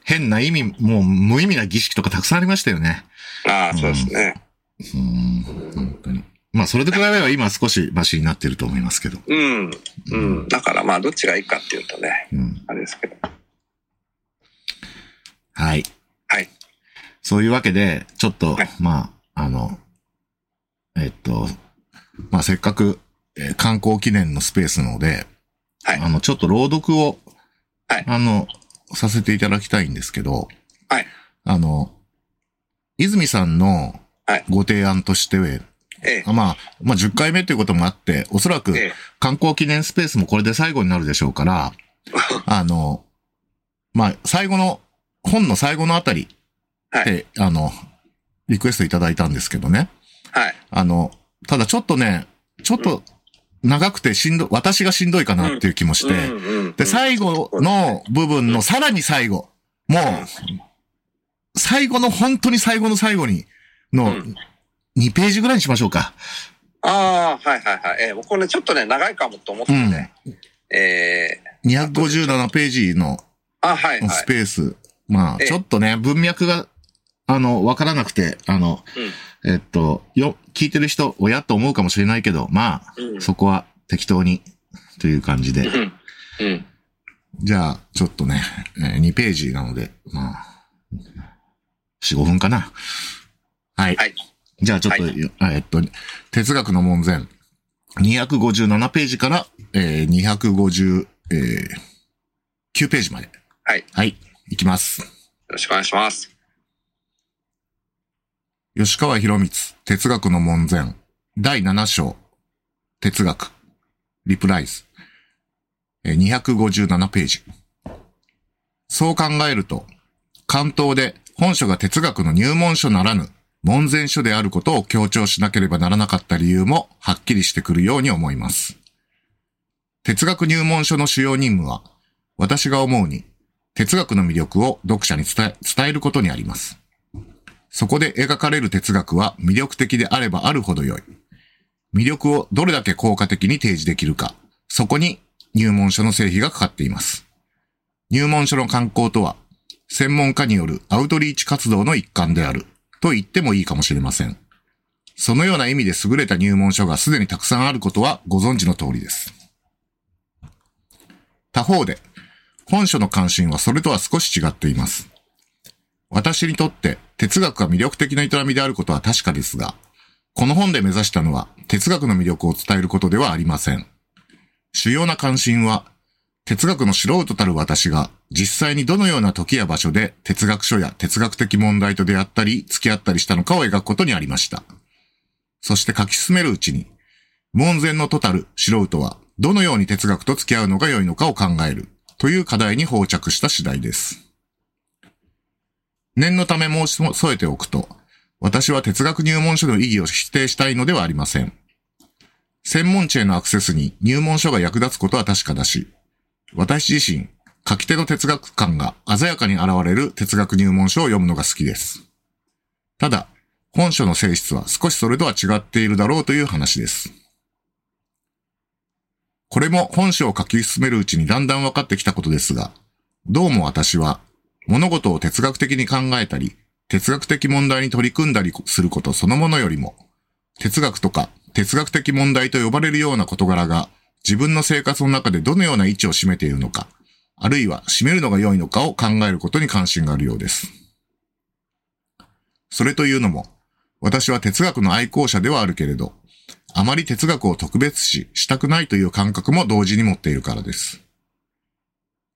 S1: 変な意味、もう無意味な儀式とかたくさんありましたよね。
S2: ああ、そうですね。
S1: うん、本当に。まあ、それと比べれば今少しマシになってると思いますけど。
S2: うん。うん。だからまあ、どっちがいいかっていうとね、
S1: うん。
S2: あれですけど。
S1: はい。
S2: はい。
S1: そういうわけで、ちょっと、
S2: はい
S1: まあ、あの、えっと、まあ、せっかく、えー観光記念のスペースなので、
S2: はい
S1: あの、ちょっと朗読を、
S2: はい
S1: あの、させていただきたいんですけど、
S2: はい
S1: あの、泉さんの
S2: はい
S1: ご提案として、
S2: ええ
S1: あまあ、まあ、10回目ということもあって、おそらく
S2: ええ
S1: 観光記念スペースもこれで最後になるでしょう
S2: (laughs)
S1: から、あの、まあ、最後の、本の最後のあたりって、あの、リクエストいただいたんですけどね。
S2: はい。
S1: あの、ただちょっとね、ちょっと長くてしんど、私がしんどいかなっていう気もして、
S2: うんうんうん
S1: で、最後の部分のさらに最後、もう、最後の本当に最後の最後に、の
S2: うん
S1: 2ページぐらいにしましょうか。
S2: ああ、はいはいはい。ええ僕ね、ちょっとね、長いかもと思って
S1: う
S2: て、
S1: ん。
S2: ええ
S1: 257ページの
S2: あ、はいはい。
S1: スペース。まあ、
S2: ええ
S1: ちょっとね、文脈が、あの、わからなくて、あの、えっと、よ、聞いてる人、親と思うかもしれないけど、まあ、
S2: うん。うん。
S1: そこは適当に、という感じで。
S2: うん。うん。
S1: じゃあ、ちょっとね、えー2ページなので、まあ、4、5分かな。はい。
S2: はい。
S1: じゃあ、ちょっと、
S2: は
S1: よえーっと、哲学の門前、257ページから、えー、259ページまで。
S2: はい。
S1: はい。いきます。
S2: よろしくお願いします。
S1: 吉川博光、哲学の門前、第7章、哲学、リプライズ、えー257ページ。そう考えると、関東で本書が哲学の入門書ならぬ、門前書であることを強調しなければならなかった理由もはっきりしてくるように思います。哲学入門書の主要任務は、私が思うに、哲学の魅力を読者に伝え伝えることにあります。そこで描かれる哲学は魅力的であればあるほど良い。魅力をどれだけ効果的に提示できるか、そこに入門書の成否がかかっています。入門書の刊行とは、専門家によるアウトリーチ活動の一環である、と言ってもいいかもしれません。そのような意味で優れた入門書がすでにたくさんあることはご存知の通りです。他方で、本書の関心はそれとは少し違っています。私にとって哲学が魅力的な営みであることは確かですが、この本で目指したのは哲学の魅力を伝えることではありません。主要な関心は、哲学の素人たる私が実際にどのような時や場所で哲学書や哲学的問題と出会ったり付き合ったりしたのかを描くことにありました。そして書き進めるうちに、門前のとたる素人はどのように哲学と付き合うのが良いのかを考えるという課題に放着した次第です。念のため申し添えておくと、私は哲学入門書の意義を否定したいのではありません。専門知へのアクセスに入門書が役立つことは確かだし、私自身、書き手の哲学感が鮮やかに現れる哲学入門書を読むのが好きです。ただ、本書の性質は少しそれとは違っているだろうという話です。これも本書を書き進めるうちにだんだん分かってきたことですが、どうも私は物事を哲学的に考えたり、哲学的問題に取り組んだりすることそのものよりも、哲学とか哲学的問題と呼ばれるような事柄が自分の生活の中でどのような位置を占めているのか、あるいは占めるのが良いのかを考えることに関心があるようです。それというのも、私は哲学の愛好者ではあるけれど、あまり哲学を特別視したくないという感覚も同時に持っているからです。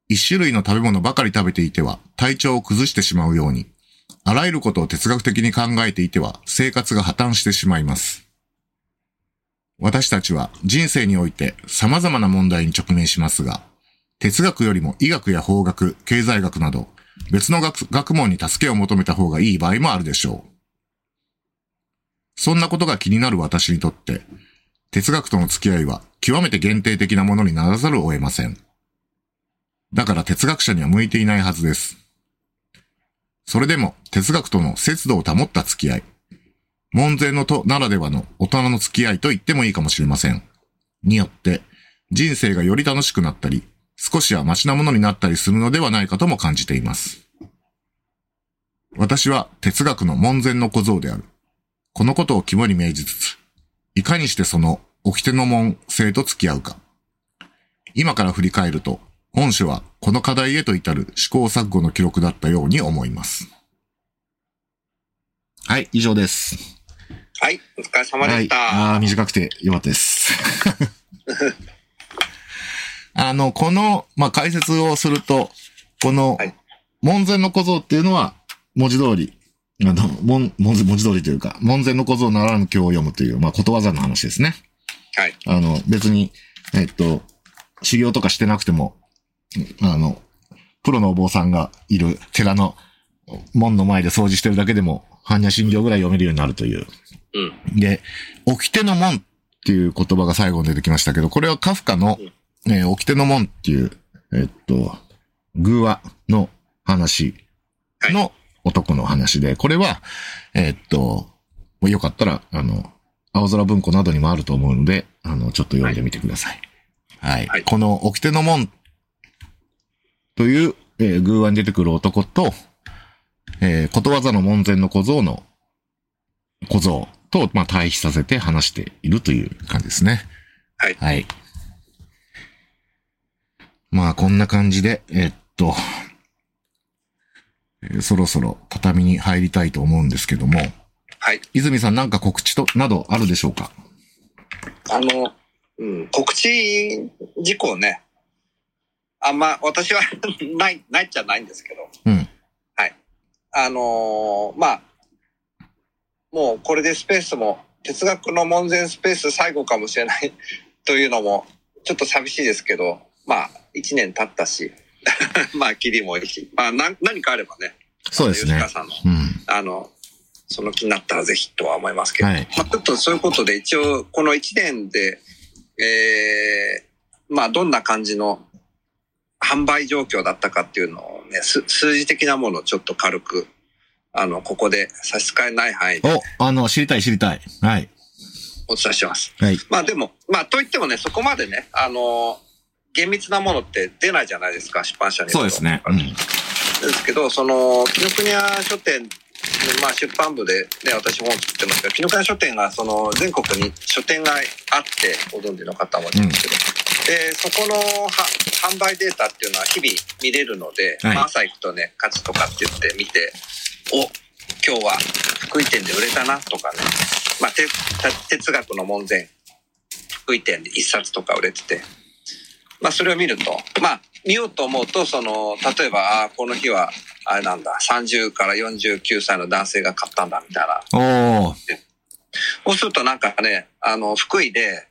S1: 一種類の食べ物ばかり食べていては体調を崩してしまうように、あらゆることを哲学的に考えていては生活が破綻してしまいます。私たちは人生において様々な問題に直面しますが、哲学よりも医学や法学、経済学など別の学学問に助けを求めた方がいい場合もあるでしょう。そんなことが気になる私にとって、哲学との付き合いは極めて限定的なものにならざるを得ません。だから哲学者には向いていないはずです。それでも哲学との節度を保った付き合い。門前のとならではの大人の付き合いと言ってもいいかもしれません。によって人生がより楽しくなったり、少しはマシなものになったりするのではないかとも感じています。私は哲学の門前の小僧である。このことを肝に銘じつつ、いかにしてその掟の門生と付き合うか。今から振り返ると、本書はこの課題へと至る試行錯誤の記録だったように思います。はい、以上です。
S2: はい、お疲れ様でした。
S1: はい、ああ、短くてよかったです。 (laughs) あの、この、まあ、解説をすると、この
S2: はい、
S1: 門前の小僧っていうのは、文字通り、あの、門、文字文字通りというか、門前の小僧ならぬ経を読むという、まあ、ことわざの話ですね。
S2: はい。
S1: あの、別に、えっと、修行とかしてなくても、あの、プロのお坊さんがいる寺の門の前で掃除してるだけでも、般若心経ぐらい読めるようになるという。
S2: うん。
S1: で、掟の門っていう言葉が最後に出てきましたけど、これはカフカの、えー、掟の門っていう、えっと、偶話の話の男の話で、これは、えっと、もうよかったら、あの、青空文庫などにもあると思うので、あの、ちょっと読んでみてください。はい。
S2: はい
S1: この掟の門という、えー、偶話に出てくる男と、えーことわざの門前の小僧の小僧と、まあ、対比させて話しているという感じですね。
S2: はい
S1: はい。まあ、こんな感じで、えっと、えーそろそろ畳に入りたいと思うんですけども、
S2: はい。
S1: 泉さんなんか告知と、などあるでしょうか
S2: あの、うん、告知事項ね、あんま、私はない、ないっちゃないんですけど、
S1: うん。
S2: あのーまあ、もうこれでスペースも、哲学の門前スペース最後かもしれないというのも、ちょっと寂しいですけど、 (laughs) まあ、一年経ったし、 (laughs) まあ、キリもいいし、まあ、なん何かあればね、
S1: そうですね
S2: 吉川。さんの、
S1: うん。
S2: あの、その気になったらぜひとは思いますけど、
S1: はい
S2: まあ、ちょっとそういうことで一応この1年で、えーまあどんな感じの販売状況だったかっていうのをね、す数字的なものをちょっと軽く、あの、ここで差し支えない範囲で
S1: お、あの、知りたい知りたい。はい。
S2: お伝えします。
S1: はい。
S2: まあでも、まあといってもね、そこまでね、あの、厳密なものって出ないじゃないですか、出版社によると。
S1: そうですね。うん。
S2: ですけど、その、紀ノ国屋書店の、まあ、出版部で、ね、私本作ってますけど、紀ノ国屋書店が、その、全国に書店があって、ご存知の方もいるんですけど、で、そこのは販売データっていうのは日々見れるので、
S1: はい
S2: まあ朝行くとね、勝ちとかって言って見て、お、今日は福井店で売れたなとかね、まあ、てた哲学の門前、福井店で一冊とか売れてて、まあ、それを見ると、まあ、見ようと思うと、その、例えば、ああ、この日は、あれなんだ、30から49歳の男性が買ったんだ、みたいな。
S1: おー。
S2: そうするとなんかね、あの、福井で、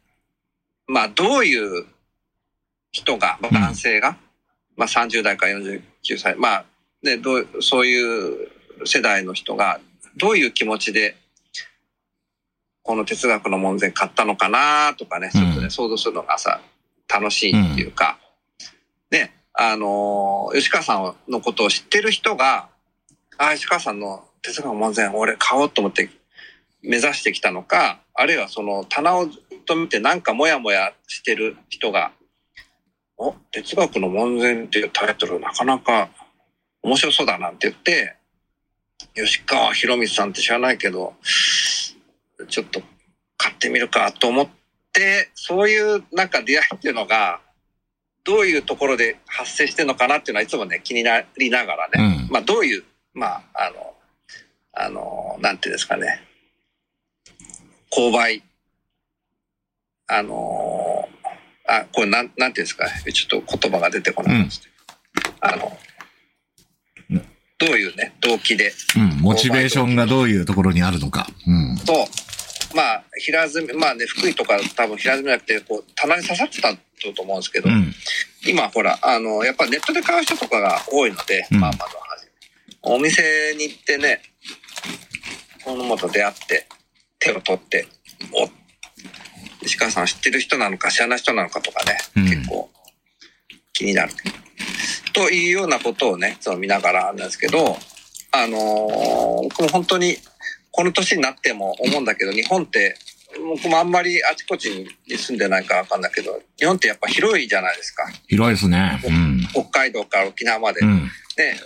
S2: まあ、どういう人が、まあ
S1: うん
S2: 男性が、まあ、30代から49歳、まあ、ね、どう、そういう世代の人が、どういう気持ちで、この哲学の門前買ったのかなとかね、ちょっとね、
S1: うん
S2: 想像するのがさ、楽しいっていうか、ね、あのー吉川さんのことを知ってる人が、ああ、吉川さんの哲学の門前、俺買おうと思って目指してきたのか、あるいはその棚をずっと見てなんかモヤモヤしてる人が、お、哲学の門前っていうタイトルなかなか面白そうだなんて言って、吉川博光さんって知らないけど、ちょっと買ってみるかと思って、そういうなんか出会いっていうのが、どういうところで発生してるのかなっていうのはいつもね、気になりながらね、
S1: うん。
S2: まあ、どういう、まあ、あの、あの、なんていうんですかね、購買、あの、あ、これなん、なんていうんですかね、ちょっと言葉が出てこないです、あの、どういうね、動機で、
S1: うん。モチベーションがどういうところにあるのか。うん。
S2: と、まあ、平積み、まあね、福井とか多分平積みじゃなくて、こう、棚に刺さってたと思うんですけど、
S1: うん。
S2: 今ほら、あの、やっぱネットで買う人とかが多いので、
S1: うん
S2: まあまずは初めお店に行ってね、このもと出会って、手を取って、お、石川さん知ってる人なのか知らない人なのかとかね、
S1: うん
S2: 結構気になる。というようなことをね、いつも見ながらなんですけど、あのー僕も本当にこの年になっても思うんだけど、日本って、僕もあんまりあちこちに住んでないからわかんないけど、日本ってやっぱ広いじゃないですか。
S1: 広いですね。うん。
S2: 北海道から沖縄まで。
S1: うん。
S2: ね、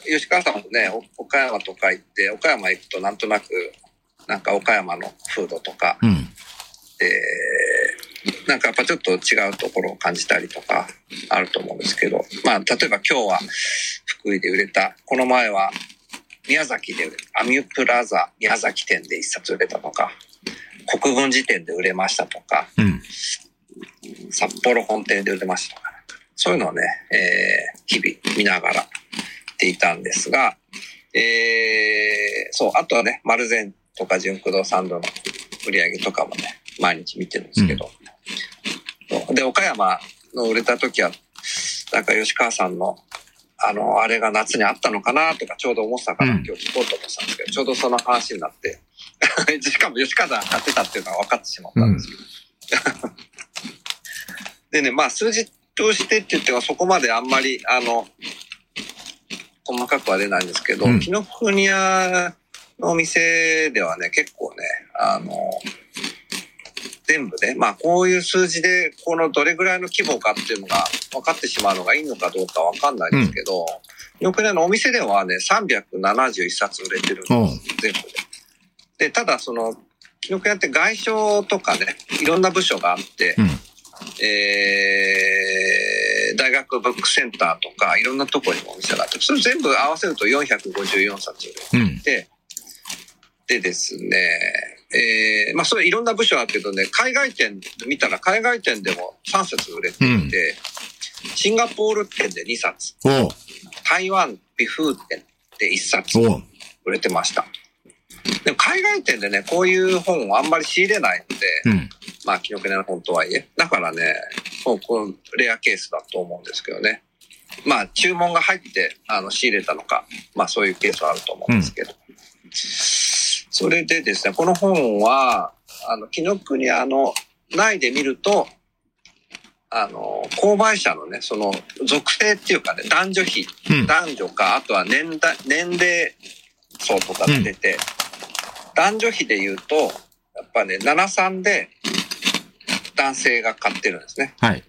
S2: 吉川さんもね、お岡山とか行って、岡山行くとなんとなく、なんか岡山の風土とか、
S1: うん。
S2: えーなんかやっぱちょっと違うところを感じたりとかあると思うんですけど、まあ、例えば今日は福井で売れた、この前は宮崎で売れた、アミュプラザ宮崎店で一冊売れたとか、国分辞典で売れましたとか、
S1: うん。
S2: 札幌本店で売れましたとか、そういうのをね、えー日々見ながらやっていたんですが、えーそう、あとはね、丸善とか純駆動サンドの売り上げとかもね、毎日見てるんですけど、そうで、岡山の売れた時は、なんか吉川さんの、あの、あれが夏にあったのかなとかちょうど思ってたから
S1: うん
S2: 今日聞こうと思ってたんですけど、ちょうどその話になって、 (laughs) しかも吉川さんが買ってたっていうのは分かってしまったんですけど。でね、まあ数字としてって言ってはそこまであんまり、あの、細かくは出ないんですけど、
S1: うん
S2: 紀ノ国屋のお店ではね、結構ね、あの、全部ね、まあこういう数字で、このどれぐらいの規模かっていうのが分かってしまうのがいいのかどうかわかんないんですけど、よくね、あのお店ではね、371冊売れてるんです、
S1: おう
S2: 全部で。で、ただその、紀ノ国屋って外商とかね、いろんな部署があって、
S1: うん
S2: えー、大学ブックセンターとか、いろんなとこにもお店があって、それ全部合わせると454冊売れて
S1: うん。
S2: で、でですね、えーまあそれいろんな部署あるけどね、海外店見たら海外店でも3冊売れて
S1: うん
S2: い。て、シンガポール店で2冊、
S1: おう
S2: 台湾ビフー店で1冊
S1: おう
S2: 売れてました。でも海外店でね、こういう本をあんまり仕入れないので、
S1: うん。
S2: まあ、紀ノ国屋の本とはいえ。だからね、もうこのレアケースだと思うんですけどね。まあ、注文が入って、あの、仕入れたのか、まあ、そういうケースはあると思うんですけど。それでですね、この本は、あの、紀ノ国屋の内で見ると、あの、購買者のね、その、属性っていうかね、男女比
S1: うん。
S2: 男女か、あとは年代、年齢層とかが出て、男女比で言うと、やっぱね、73で男性が買ってるんですね。
S1: はい。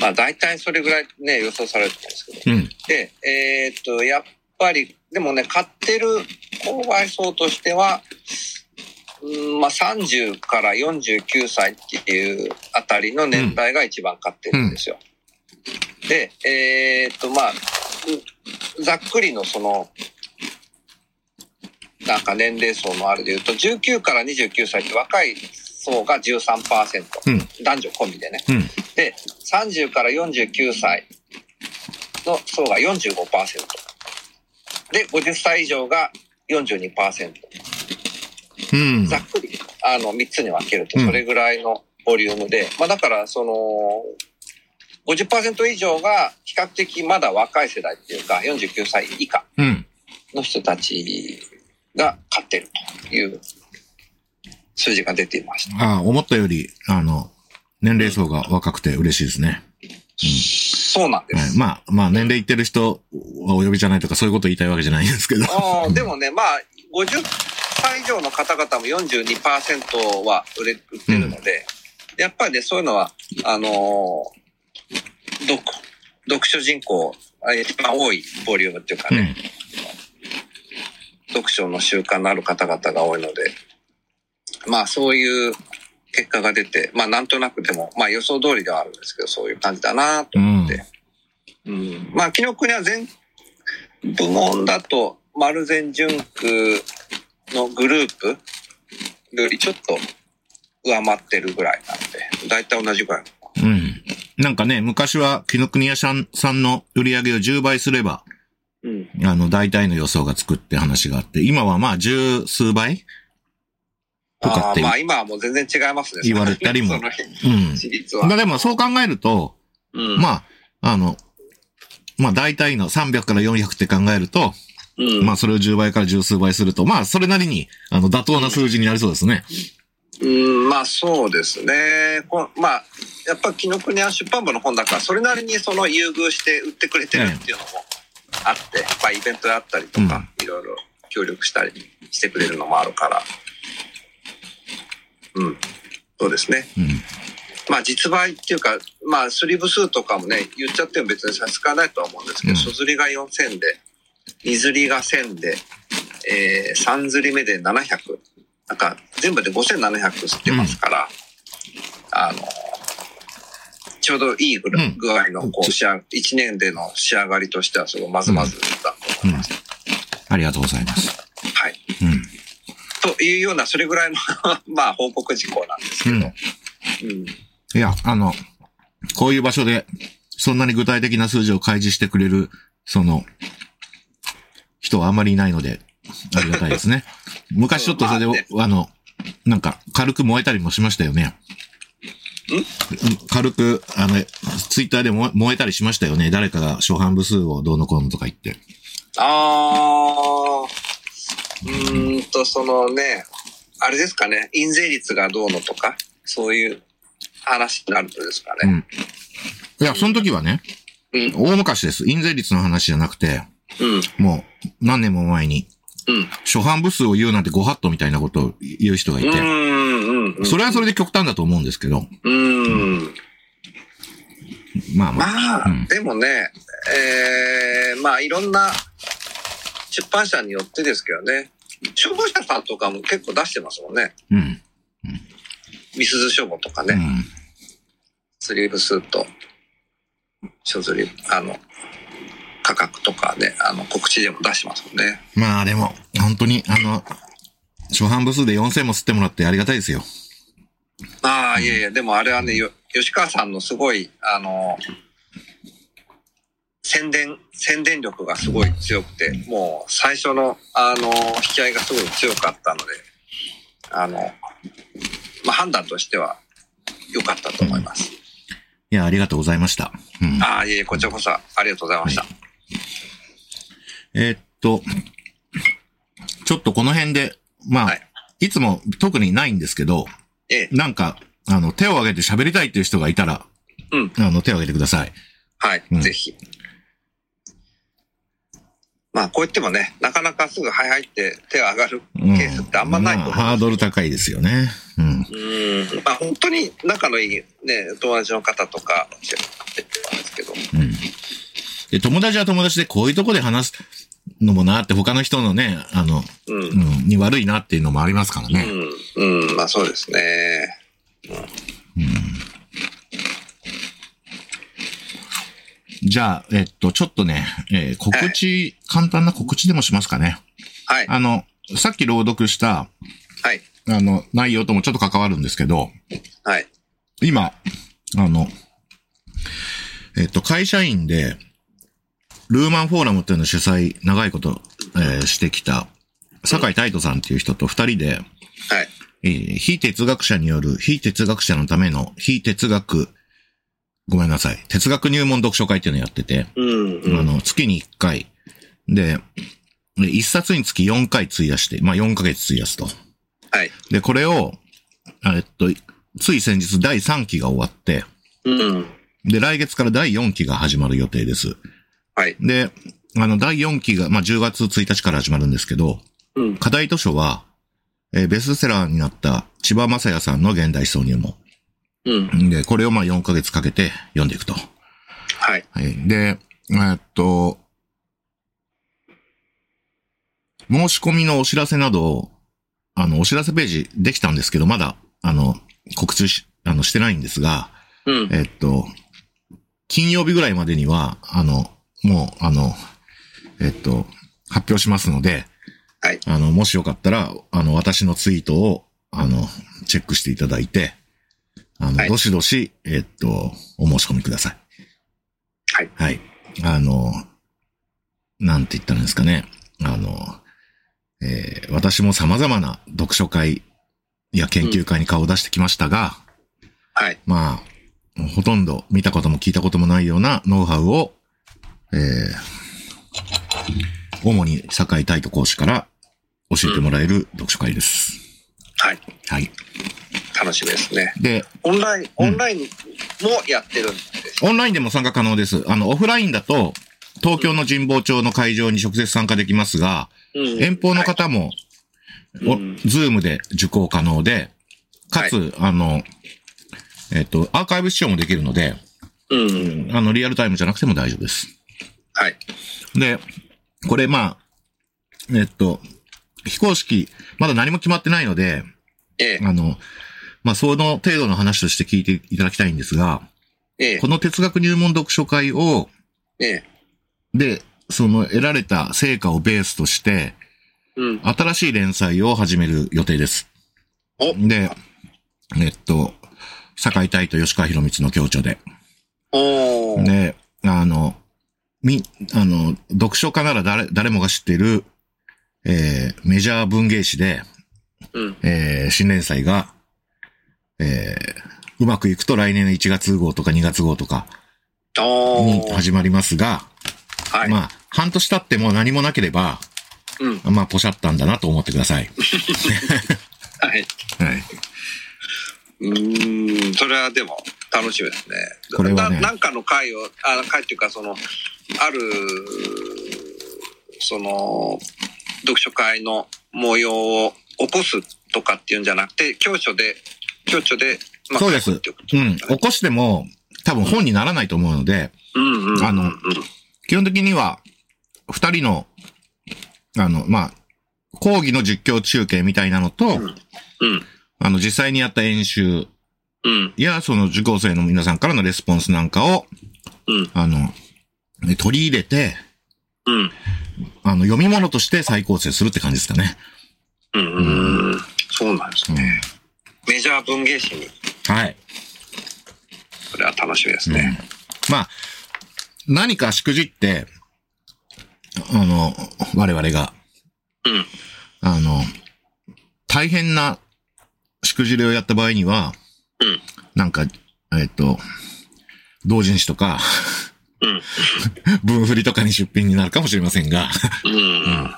S2: まあ大体それぐらいね、予想されると思うんですけど。
S1: うん。
S2: で、えーっと、やっぱり、でもね、買ってる購買層としては、うんまあ30から49歳っていうあたりの年代が一番買ってるんですよ。で、えーっと、まあ、うんざっくりのその、なんか年齢層のあれで言うと、19から29歳って若い層が13%。
S1: うん
S2: 男女込みでね。
S1: うん。
S2: で、30から49歳の層が45%。で、50歳以上が42%。
S1: うん。
S2: ざっくり、あの、3つに分けると、それぐらいのボリュームで、まあだから、その、50%以上が比較的まだ若い世代っていうか、49歳以下
S1: うん。
S2: の人たちが買ってるという数字が出ていました。
S1: ああ、思ったより、あの、年齢層が若くて嬉しいですね。
S2: そうなんで
S1: は
S2: す。
S1: い。まあ、まあ、年齢いってる人はお呼びじゃないとか、そういうこと言いたいわけじゃないんですけ
S2: (laughs)
S1: ど。
S2: あーでもね、まあ、50歳以上の方々も42%は売れ売ってるので、やっぱりね、そういうのは、あのー読、読書人口、あ一番多いボリュームっていうか
S1: う
S2: ね、
S1: ん。
S2: 読書の習慣のある方々が多いので、まあそういう結果が出て、まあなんとなくでも、まあ予想通りではあるんですけど、そういう感じだなと思って。うんまあ紀ノ国は全部門だと、丸善純区のグループよりちょっと上回ってるぐらいなんで、だいたい同じぐらい。
S1: うん。なんかね、昔は、紀ノ国屋さんさんの売り上げを10倍すれば、
S2: うん。
S1: あの、大体の予想がつくって話があって、今はまあ、十数倍とか
S2: あ
S1: って
S2: ーまあ今はもう全然違いますね。
S1: 言われたりも
S2: その辺
S1: うん。
S2: 比率
S1: まあ
S2: は。
S1: でも、そう考えると、
S2: うん
S1: まあ、あの、まあ大体の300から400って考えると、
S2: うん
S1: まあそれを10倍から十数倍すると、まあそれなりに、あの、妥当な数字になりそうですね。
S2: うん、まあそうですね。こまあ、やっぱり紀ノ国屋出版部の本だから、それなりにその優遇して売ってくれてるっていうのもあって、まあイベントであったりとか、いろいろ協力したりしてくれるのもあるから。うん。そうですね。
S1: うん。
S2: まあ実売っていうか、まあスリーブ数とかもね、言っちゃっても別に差し支えないとは思うんですけど、
S1: うん
S2: 初釣りが4000で、2釣りが1000で、えー、3釣り目で700。なんか全部で5700吸ってますから、あの、ちょうどいいぐら
S1: うん
S2: 具合のこう仕上、1年での仕上がりとしてはすごいまずまずだと思います。
S1: ありがとうございます。
S2: はい。
S1: うん。
S2: というような、それぐらいの、 (laughs) まあ、報告事項なんですけ
S1: うん。
S2: ど。うん。
S1: いや、あの、こういう場所で、そんなに具体的な数字を開示してくれる、その、人はあまりいないので、ありがたいです
S2: (laughs)
S1: ね。昔ちょっとそれで、
S2: まあね
S1: あの、なんか、軽く燃えたりもしましたよね。ん軽く、あの、ツイッターで燃え燃えたりしましたよね。誰かが初版部数をどうのこうのとか言って。
S2: あー、うーんと、そのね、あれですかね、印税率がどうのとか、そういう話になるとですかね。
S1: いや、その時はね、
S2: うん、
S1: 大昔です。印税率の話じゃなくて、
S2: うん、
S1: もう、何年も前に、
S2: うん。
S1: 初版部数を言うなんてご法度みたいなことを言う人がいうて、
S2: ん、うん。
S1: それはそれで極端だと思うんですけど、
S2: うん。
S1: まあまあ。
S2: まあ、
S1: うん
S2: でもね、えー、まあ、いろんな出版社によってですけどね、消防者さんとかも結構出してますもんね。
S1: うん。
S2: ミスズ書房とか
S1: う
S2: ね、
S1: ん。
S2: スリーブ数と、書ずり、あの、価格とかね、あの、告知でも出してますもんね。
S1: まあでも、本当に、あの、初版部数で4000も吸ってもらってありがたいですよ。
S2: ああ、いやいや、でもあれはね、よ吉川さんのすごい、あの、宣伝、宣伝力がすごい強くて、もう最初の、あの、引き合いがすごい強かったので、あの、まあ、判断としては良かったと思います。
S1: いや、ありがとうございました。うん。
S2: ああ、いえいえ、こちらこそありがとうございました。
S1: えーっと、ちょっとこの辺で、まあ、
S2: はい
S1: い、つも特にないんですけど、
S2: ええ、
S1: なんか、あの、手を挙げて喋りたいっていう人がいたら、
S2: うん
S1: あの、手を挙げてください。
S2: はい、
S1: うん
S2: ぜひ。まあ、こう言ってもね、なかなかすぐ、はいはいって手が上がる
S1: うん。
S2: ケースってあんまないと思うんですよ
S1: ハードル高いですよね。うん。
S2: うんまあ本当に仲のいいね、友達の方とか、ですけど。
S1: うん。で、友達は友達でこういうとこで話すのもなって、他の人のね、あの、
S2: う。
S1: うんん、に悪いなっていうのもありますからね。
S2: うん。うん。まあそうですね。
S1: じゃあ、えっと、ちょっとね、えー告知、簡単な告知でもしますかね。
S2: はい。
S1: あの、さっき朗読した、
S2: はい。
S1: あの、内容ともちょっと関わるんですけど、
S2: はい。
S1: 今、あの、えっと、会社員で、ルーマンフォーラムっていうのを主催、長いこと、えーしてきた、酒井太斗さんっていう人と二人で、
S2: はい。
S1: えー非哲学者による非哲学者のための非哲学、ごめんなさい、哲学入門読書会っていうのをやってて、
S2: うん。う
S1: あ
S2: ん。
S1: の、月に1回。で、で1冊につき4回費やして、まあ4ヶ月費やすと。
S2: はい。
S1: で、これを、あえっと、つい先日第3期が終わって、
S2: うん。
S1: で、来月から第4期が始まる予定です。
S2: はい。
S1: で、あの、第4期が、まあ10月1日から始まるんですけど、
S2: うん。
S1: 課題図書は、えーベストセラーになった千葉正也さんの現代思想入門。
S2: うん。
S1: で、これをまあ4ヶ月かけて読んでいくと。
S2: はい。
S1: はい。で、えーっと、申し込みのお知らせなどを、あの、お知らせページできたんですけど、まだ、あの、告知し、あの、してないんですが、
S2: うん。
S1: えーっと、金曜日ぐらいまでには、あの、もう、あの、えーっと、発表しますので、
S2: はい
S1: あの、もしよかったら、あの、私のツイートを、あの、チェックしていただいて、あの、
S2: はい
S1: どしどし、えーっと、お申し込みください。
S2: はい。
S1: はい。あの、なんて言ったらいいんですかね。あの、えー私も様々な読書会や研究会に顔を出してきましたが、
S2: はい。
S1: まあ、ほとんど見たことも聞いたこともないようなノウハウを、えー主に酒井太斗講師から教えてもらえる読書会です。
S2: はい。
S1: はい。
S2: 楽しみですね。
S1: で、
S2: オンライン、
S1: う
S2: オ
S1: ん
S2: ンラインもやってるんです。
S1: オンラインでも参加可能です。あの、オフラインだと、東京の神保町の会場に直接参加できますが、
S2: うん
S1: 遠方の
S2: はい
S1: 方も、お
S2: うん
S1: ズームで受講可能で、かつ、あの、えっ、と、アーカイブ視聴もできるので、
S2: うん。
S1: あの、リアルタイムじゃなくても大丈夫です。
S2: はい。
S1: で、これまあ、えっと、非公式、まだ何も決まってないので、
S2: ええ。
S1: あの、まあ、その程度の話として聞いていただきたいんですが、
S2: ええ
S1: こ。の哲学入門読書会を、
S2: ええ。
S1: で、その得られた成果をベースとして、
S2: うん。
S1: 新しい連載を始める予定です。
S2: お
S1: で、えっと、坂井太と吉川博光の協調で。
S2: おー。
S1: で、あの、み、あの、読書家なら誰、誰もが知ってる、えー、メジャー文芸誌で、
S2: うん。
S1: えー、新連載が、えー、うまくいくと来年1月号とか2月号とか
S2: お
S1: に
S2: ー。
S1: 始まりますが、
S2: はい。
S1: まあ、半年経っても何もなければ、
S2: うん。
S1: まあ、ポシャったんだなと思ってください。
S2: はい。
S1: はい。
S2: うーん。それはでも、楽しみですね。
S1: これはね
S2: ななんかの回を、あ回っていうか、その、ある、その、読書会の模様を起こすとかっていうんじゃなくて、教書で、教書で、ま
S1: そうです
S2: 書くっていこと
S1: うん。起こしても、多分本にならないと思うので、
S2: うんうんうん。
S1: あの
S2: うん。
S1: 基本的には、二人の、あの、まあ、講義の実況中継みたいなのと、
S2: んうん。
S1: あの、実際にやった演習
S2: うん。
S1: や、その受講生の皆さんからのレスポンスなんかを、
S2: うん。
S1: あの、ね取り入れて、
S2: うん。
S1: あの、読み物として再構成するって感じですかね。
S2: うんうん。そうなんです
S1: うん
S2: ね。メジャー文芸誌に、
S1: はい。
S2: それは楽しみですね。
S1: まあ、何かしくじって、あの、我々が、
S2: うん。
S1: あの、大変なしくじりをやった場合には、
S2: うん
S1: なんか、えっと、同人誌とか、
S2: うん。
S1: (laughs) 文振りとかに出品になるかもしれませんが、 (laughs)
S2: うん。うん。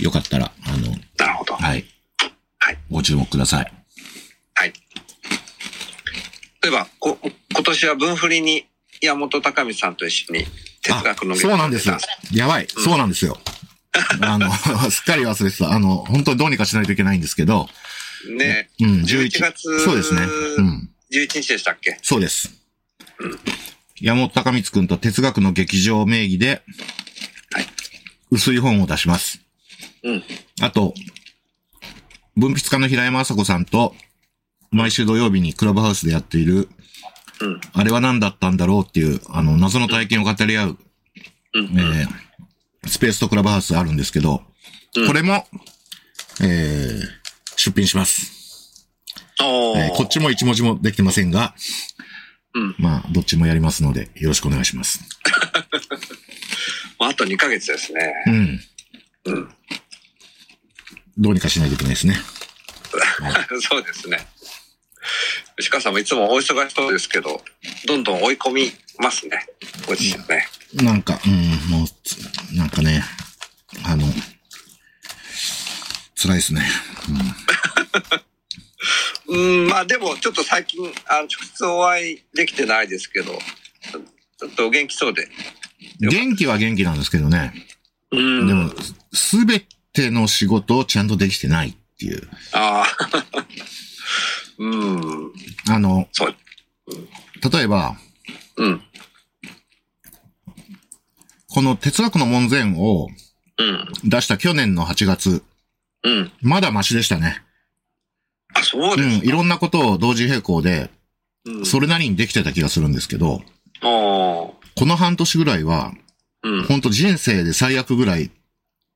S1: よかったら、あの、
S2: なるほど。
S1: はい。
S2: はい。
S1: ご注目ください。
S2: はい。例えば、こ、今年は分振りに山本高見さんと一緒に哲学の
S1: あそうなんです。やばい。そうなんですよ。あの、 (laughs) すっかり忘れてた。あの、本当にどうにかしないといけないんですけど、
S2: ね、
S1: うん、
S2: 11月
S1: そうですね。うん。
S2: 11日でしたっけ
S1: そうです。山本隆光くんと哲学の劇場名義で
S2: はい、
S1: 薄い本を出します。
S2: うん。
S1: あと、文筆家の平山麻子さんと、毎週土曜日にクラブハウスでやっている、
S2: うん。
S1: あれは何だったんだろうっていう、あの、謎の体験を語り合う、
S2: う
S1: え
S2: ん。
S1: ースペースとクラブハウスあるんですけど、
S2: うん
S1: これも、えー出品します、
S2: お
S1: えーこっちも一文字もできてませんが、
S2: うん。
S1: まあ、どっちもやりますので、よろしくお願いします。
S2: まあ、あと2ヶ月ですね。
S1: うん。
S2: うん。
S1: どうにかしないといけないですね。
S2: (laughs) そうですね。吉川さんもいつもお忙しそうですけど、どんどん追い込みますね。ご自身をね。
S1: なんか、うん、もうつ、なんかね、あの、辛いですね。
S2: うん、まあでも、ちょっと最近、あの、直接お会いできてないですけど、ちょっとお元気そうで。よかった
S1: 元気は元気なんですけどね。
S2: うん。
S1: でも、すべての仕事をちゃんとできてないっていう。
S2: ああ。うん。
S1: あの、
S2: そう。
S1: 例えば、
S2: うん。
S1: この哲学の門前を
S2: うん。
S1: 出した去年の8月、
S2: うん。
S1: まだマシでしたね。
S2: あ、そう
S1: う
S2: で
S1: ん、
S2: す
S1: い
S2: か。
S1: ろんなことを同時並行で、
S2: うん。
S1: それなりにできてた気がするんですけど、
S2: ああ。
S1: この半年ぐらいは、
S2: うん。
S1: ほんと人生で最悪ぐらい、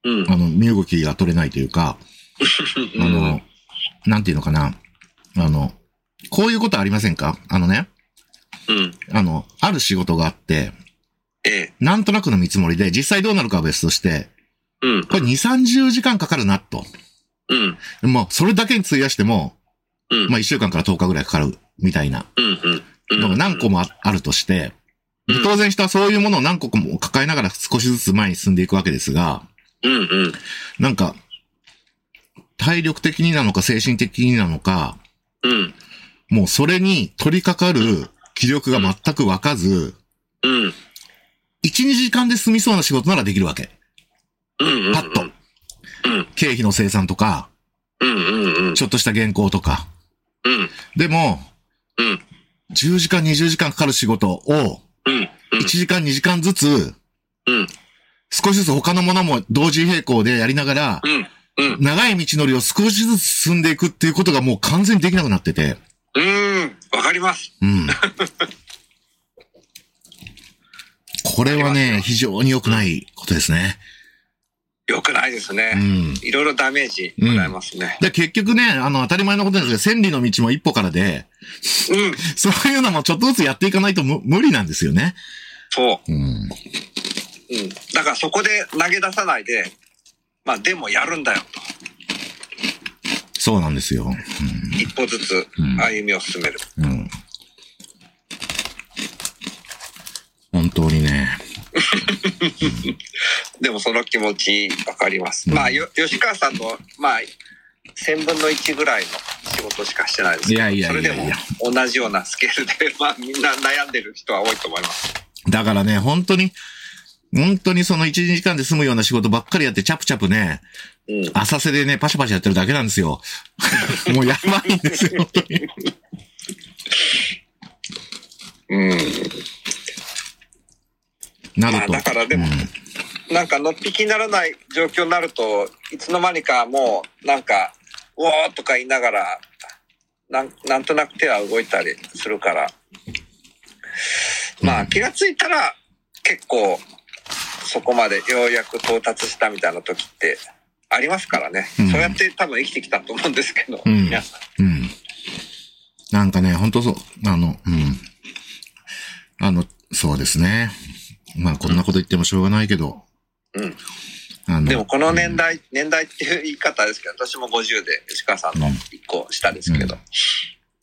S2: うん。
S1: あの、身動きが取れないというか、あの、なんていうのかな。あの、こういうことありませんかあのね、
S2: うん。
S1: あの、ある仕事があって、
S2: ええ。
S1: なんとなくの見積もりで、実際どうなるかは別として、
S2: うん。
S1: これ2、30時間かかるな、と。
S2: うん。
S1: もう、それだけに費やしても、
S2: うん。
S1: まあ1週間から10日ぐらいかかる、みたいな
S2: うん。うん。
S1: のが何個もああるとして、で
S2: うん
S1: 当然人はそういうものを何個も抱えながら少しずつ前に進んでいくわけですが、
S2: うん。うん。
S1: なんか、体力的になのか精神的になのか、
S2: うん。
S1: もうそれに取り掛かる気力が全く湧かず、
S2: うん。
S1: 1、2時間で済みそうな仕事ならできるわけ。
S2: うん。
S1: パッと。
S2: うん。
S1: 経費の生産とか、
S2: うん。うん。うん。
S1: ちょっとした原稿とか。
S2: うん。
S1: でも、
S2: うん。
S1: 10時間、20時間かかる仕事を、
S2: うん。
S1: 1時間、2時間ずつ、
S2: うん。
S1: 少しずつ他のものも同時並行でやりながら、
S2: うん。うん。
S1: 長い道のりを少しずつ進んでいくっていうことがもう完全にできなくなってて。
S2: うん。わかります。
S1: うん。ここれはね、非常に良くないことですね。
S2: 良くないですね。
S1: うん。
S2: いろいろダメージもらえますね。
S1: で、結局ね、あの、当たり前のことなんですけど、千里の道も一歩からで、
S2: うん、
S1: そういうのもちょっとずつやっていかないと無無理なんですよね。
S2: そう。
S1: うん。
S2: うん。だからそこで投げ出さないで、まあでもやるんだよと。
S1: そうなんですよ。
S2: 一歩ずつ
S1: うん
S2: 歩みを進める。
S1: うん。うん。本当にね。
S2: でもその気持ちわかります。
S1: うん
S2: まあよ、吉川さんの、まあ、1000分の1ぐらいの仕事しかしてないです
S1: い
S2: けど、
S1: やいや
S2: それ
S1: い
S2: で
S1: やい
S2: も
S1: や。
S2: 同じようなスケールで、まあみんな悩んでる人は多いと思います。
S1: だからね、本当に、本当にその1、2時間で済むような仕事ばっかりやって、チャプチャプね、
S2: うん。
S1: 浅瀬でね、パシャパシャやってるだけなんです
S2: (laughs)
S1: よ。もうやばいんですよ、本当に。
S2: うん。
S1: な
S2: ま
S1: る
S2: あ、
S1: と。
S2: だからでも、なんかのっぴきにならない状況になると、いつの間にかもう、なんか、うおーとか言いながら、なんなんとなく手は動いたりするから。ま
S1: う
S2: あ
S1: ん
S2: 気がついたら、結構、そこまでようやく到達したみたいな時ってありますからね。
S1: うん
S2: そうやって多分生きてきたと思うんですけど、
S1: うん
S2: 皆さん
S1: うん。うん。なんかね、本当そう、あの、うん。あの、そうですね。まあ、こんなこと言ってもしょうがないけど。
S2: うん。
S1: あの
S2: でもこの年代、年代っていう言い方ですけど、私も50で吉川さんの1個下ですけど、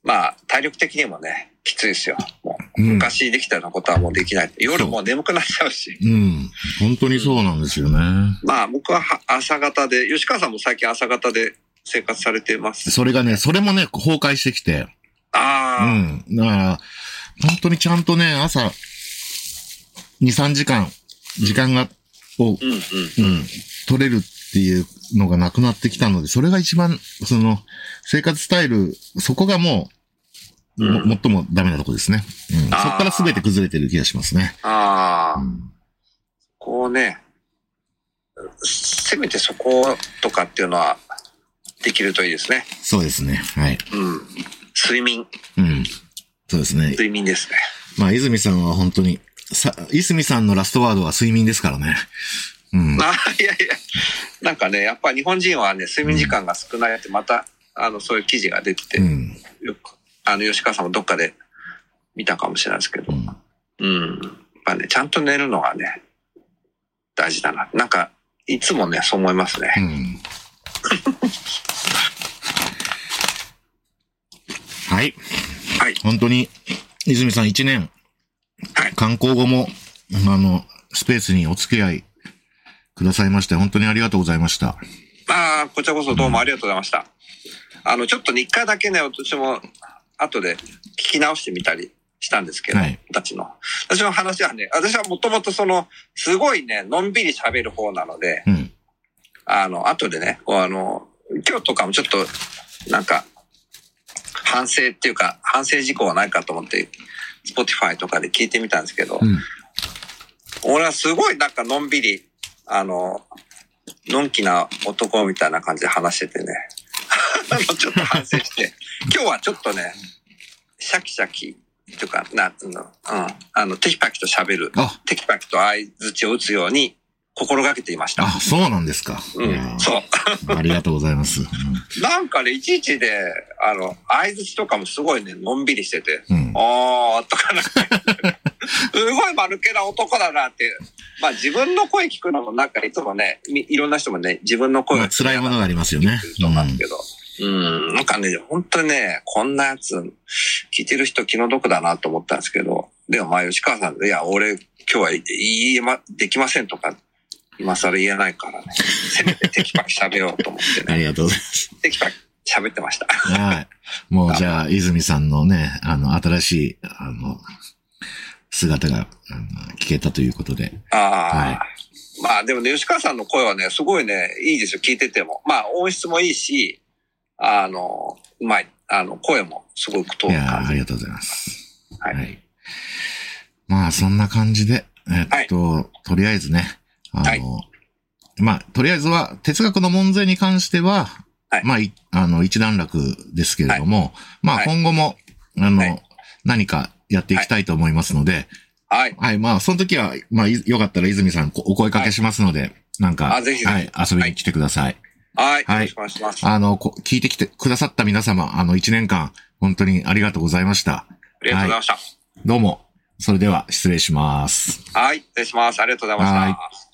S2: まあ体力的にもね、きついですよ。もう
S1: うん
S2: 昔できたようなことはもうできない。夜もう眠くなっちゃうし。
S1: うん。本当にそうなんですよね。
S2: まあ僕はは朝方で、吉川さんも最近朝方で生活されてます。
S1: それがね、それもね、崩壊してきて。う
S2: ああ、
S1: ん。だから、本当にちゃんとね、朝、2、3時間、時間が、を、
S2: うん、うんうん
S1: うん、取れるっていうのがなくなってきたので、それが一番、その、生活スタイル、そこがもう、
S2: うん
S1: も、最もダメなとこですね。うん。そこ
S2: あー
S1: から全て崩れてる気がしますね。
S2: あ
S1: う
S2: あ、
S1: ん。
S2: こうね、せめてそことかっていうのはできるといいですね。
S1: そうですね。はい。
S2: うん。睡眠、
S1: うん。そうですね。
S2: 睡眠ですね。
S1: まあ、泉さんは本当に、さ、泉さんのラストワードは睡眠ですからね。うん。
S2: (laughs) あいやいや、なんかね、やっぱ日本人はね、睡眠時間が少ないって、また、あの、そういう記事が出てて、
S1: うん。
S2: よく、あの、吉川さんもどっかで見たかもしれないですけ
S1: う
S2: ど、
S1: ん。
S2: うん。やっぱね、ちゃんと寝るのがね、大事だな。なんか、いつもね、そう思います
S1: う
S2: ね。
S1: ん。はい。
S2: はい
S1: 本当に、泉さん一年、
S2: はい
S1: 観光後も、あの、スペースにお付き合いくださいまして、本当にありがとうございました。
S2: まあ、こちらこそどうもありがとうございました。あの、ちょっとね、一回だけね、私も、後で聞き直してみたりしたんですけど、
S1: はい
S2: 私の。私の話はね、私はもともとその、すごいね、のんびり喋る方なので、
S1: うん。
S2: あの、後でね、こうあの、今日とかもちょっと、なんか、反省っていうか、反省事項はないかと思って、Spotify とかで聞いてみたんですけど、
S1: うん。
S2: 俺はすごいなんかのんびり、あの、のんきな男みたいな感じで話しててね、 (laughs) あのちょっと反省
S1: (laughs)
S2: して、今日はちょっとね、シャキシャキ、とか、なんつうの、うん、あの、テキパキと喋る、
S1: あ、
S2: テキパキと相づちを打つように心がけていました。
S1: あ、そうなんですか。
S2: う
S1: い
S2: ん
S1: や、
S2: そう。
S1: ありがとうございます。
S2: なんかね、いちいちで、あの、相づちとかもすごいね、のんびりしてて、
S1: うん。 (laughs) うん
S2: あーとかなんか言って、すごい丸けな男だなっていう。まあ自分の声聞くのもなんかいつもね、みいろんな人もね、自分の声
S1: ま
S2: が
S1: あ、辛いものがありますよね
S2: 聞く。と思うんですけど、うん、なんかね、本当にね、こんなやつ、聞いてる人気の毒だなと思ったんですけど、でもまあ吉川さん、いや、俺今日は言えま、できませんとか、今更言えないからね、せめてテキパキ喋ろうと思って
S1: あ
S2: ね、
S1: りがとうございます。
S2: テキパキ喋ってました。
S1: はい。もうじゃあ、泉さんのね、あの、新しい、あの、姿が、あの聞けたということで。
S2: ああ、
S1: は
S2: まあでもね、吉川さんの声はね、すごいね、いいですよ、聞いてても。まあ音質もいいし、あの、うまい。あの、声もすごく遠
S1: い
S2: く
S1: や
S2: 感
S1: ー
S2: じ
S1: あ
S2: る。
S1: りがとうございます。
S2: はい
S1: まあ、そんな感じで、えっと、とりあえずね、あの、
S2: はい
S1: まあ、とりあえずは、哲学の門前に関しては、
S2: はい
S1: まあ、いあの、一段落ですけれども、まあ、
S2: はい
S1: 今後も、あの、
S2: はい
S1: 何かやっていきたいと思いますので、
S2: はい。
S1: はい、まあ、その時は、まあ、いよかったら泉さんこお声かけしますので、なんか、
S2: あぜひぜひ
S1: はい、遊びに来てください。
S2: はい。
S1: はい
S2: よろしくお願いします。あ
S1: あの、こ聞いてきてくださった皆様、あの、1年間、本当にありがとうございました。
S2: りがとうございました。
S1: どうも、それでは失礼します。
S2: はい。失礼します。ありがとうございま
S1: は
S2: し
S1: い
S2: た。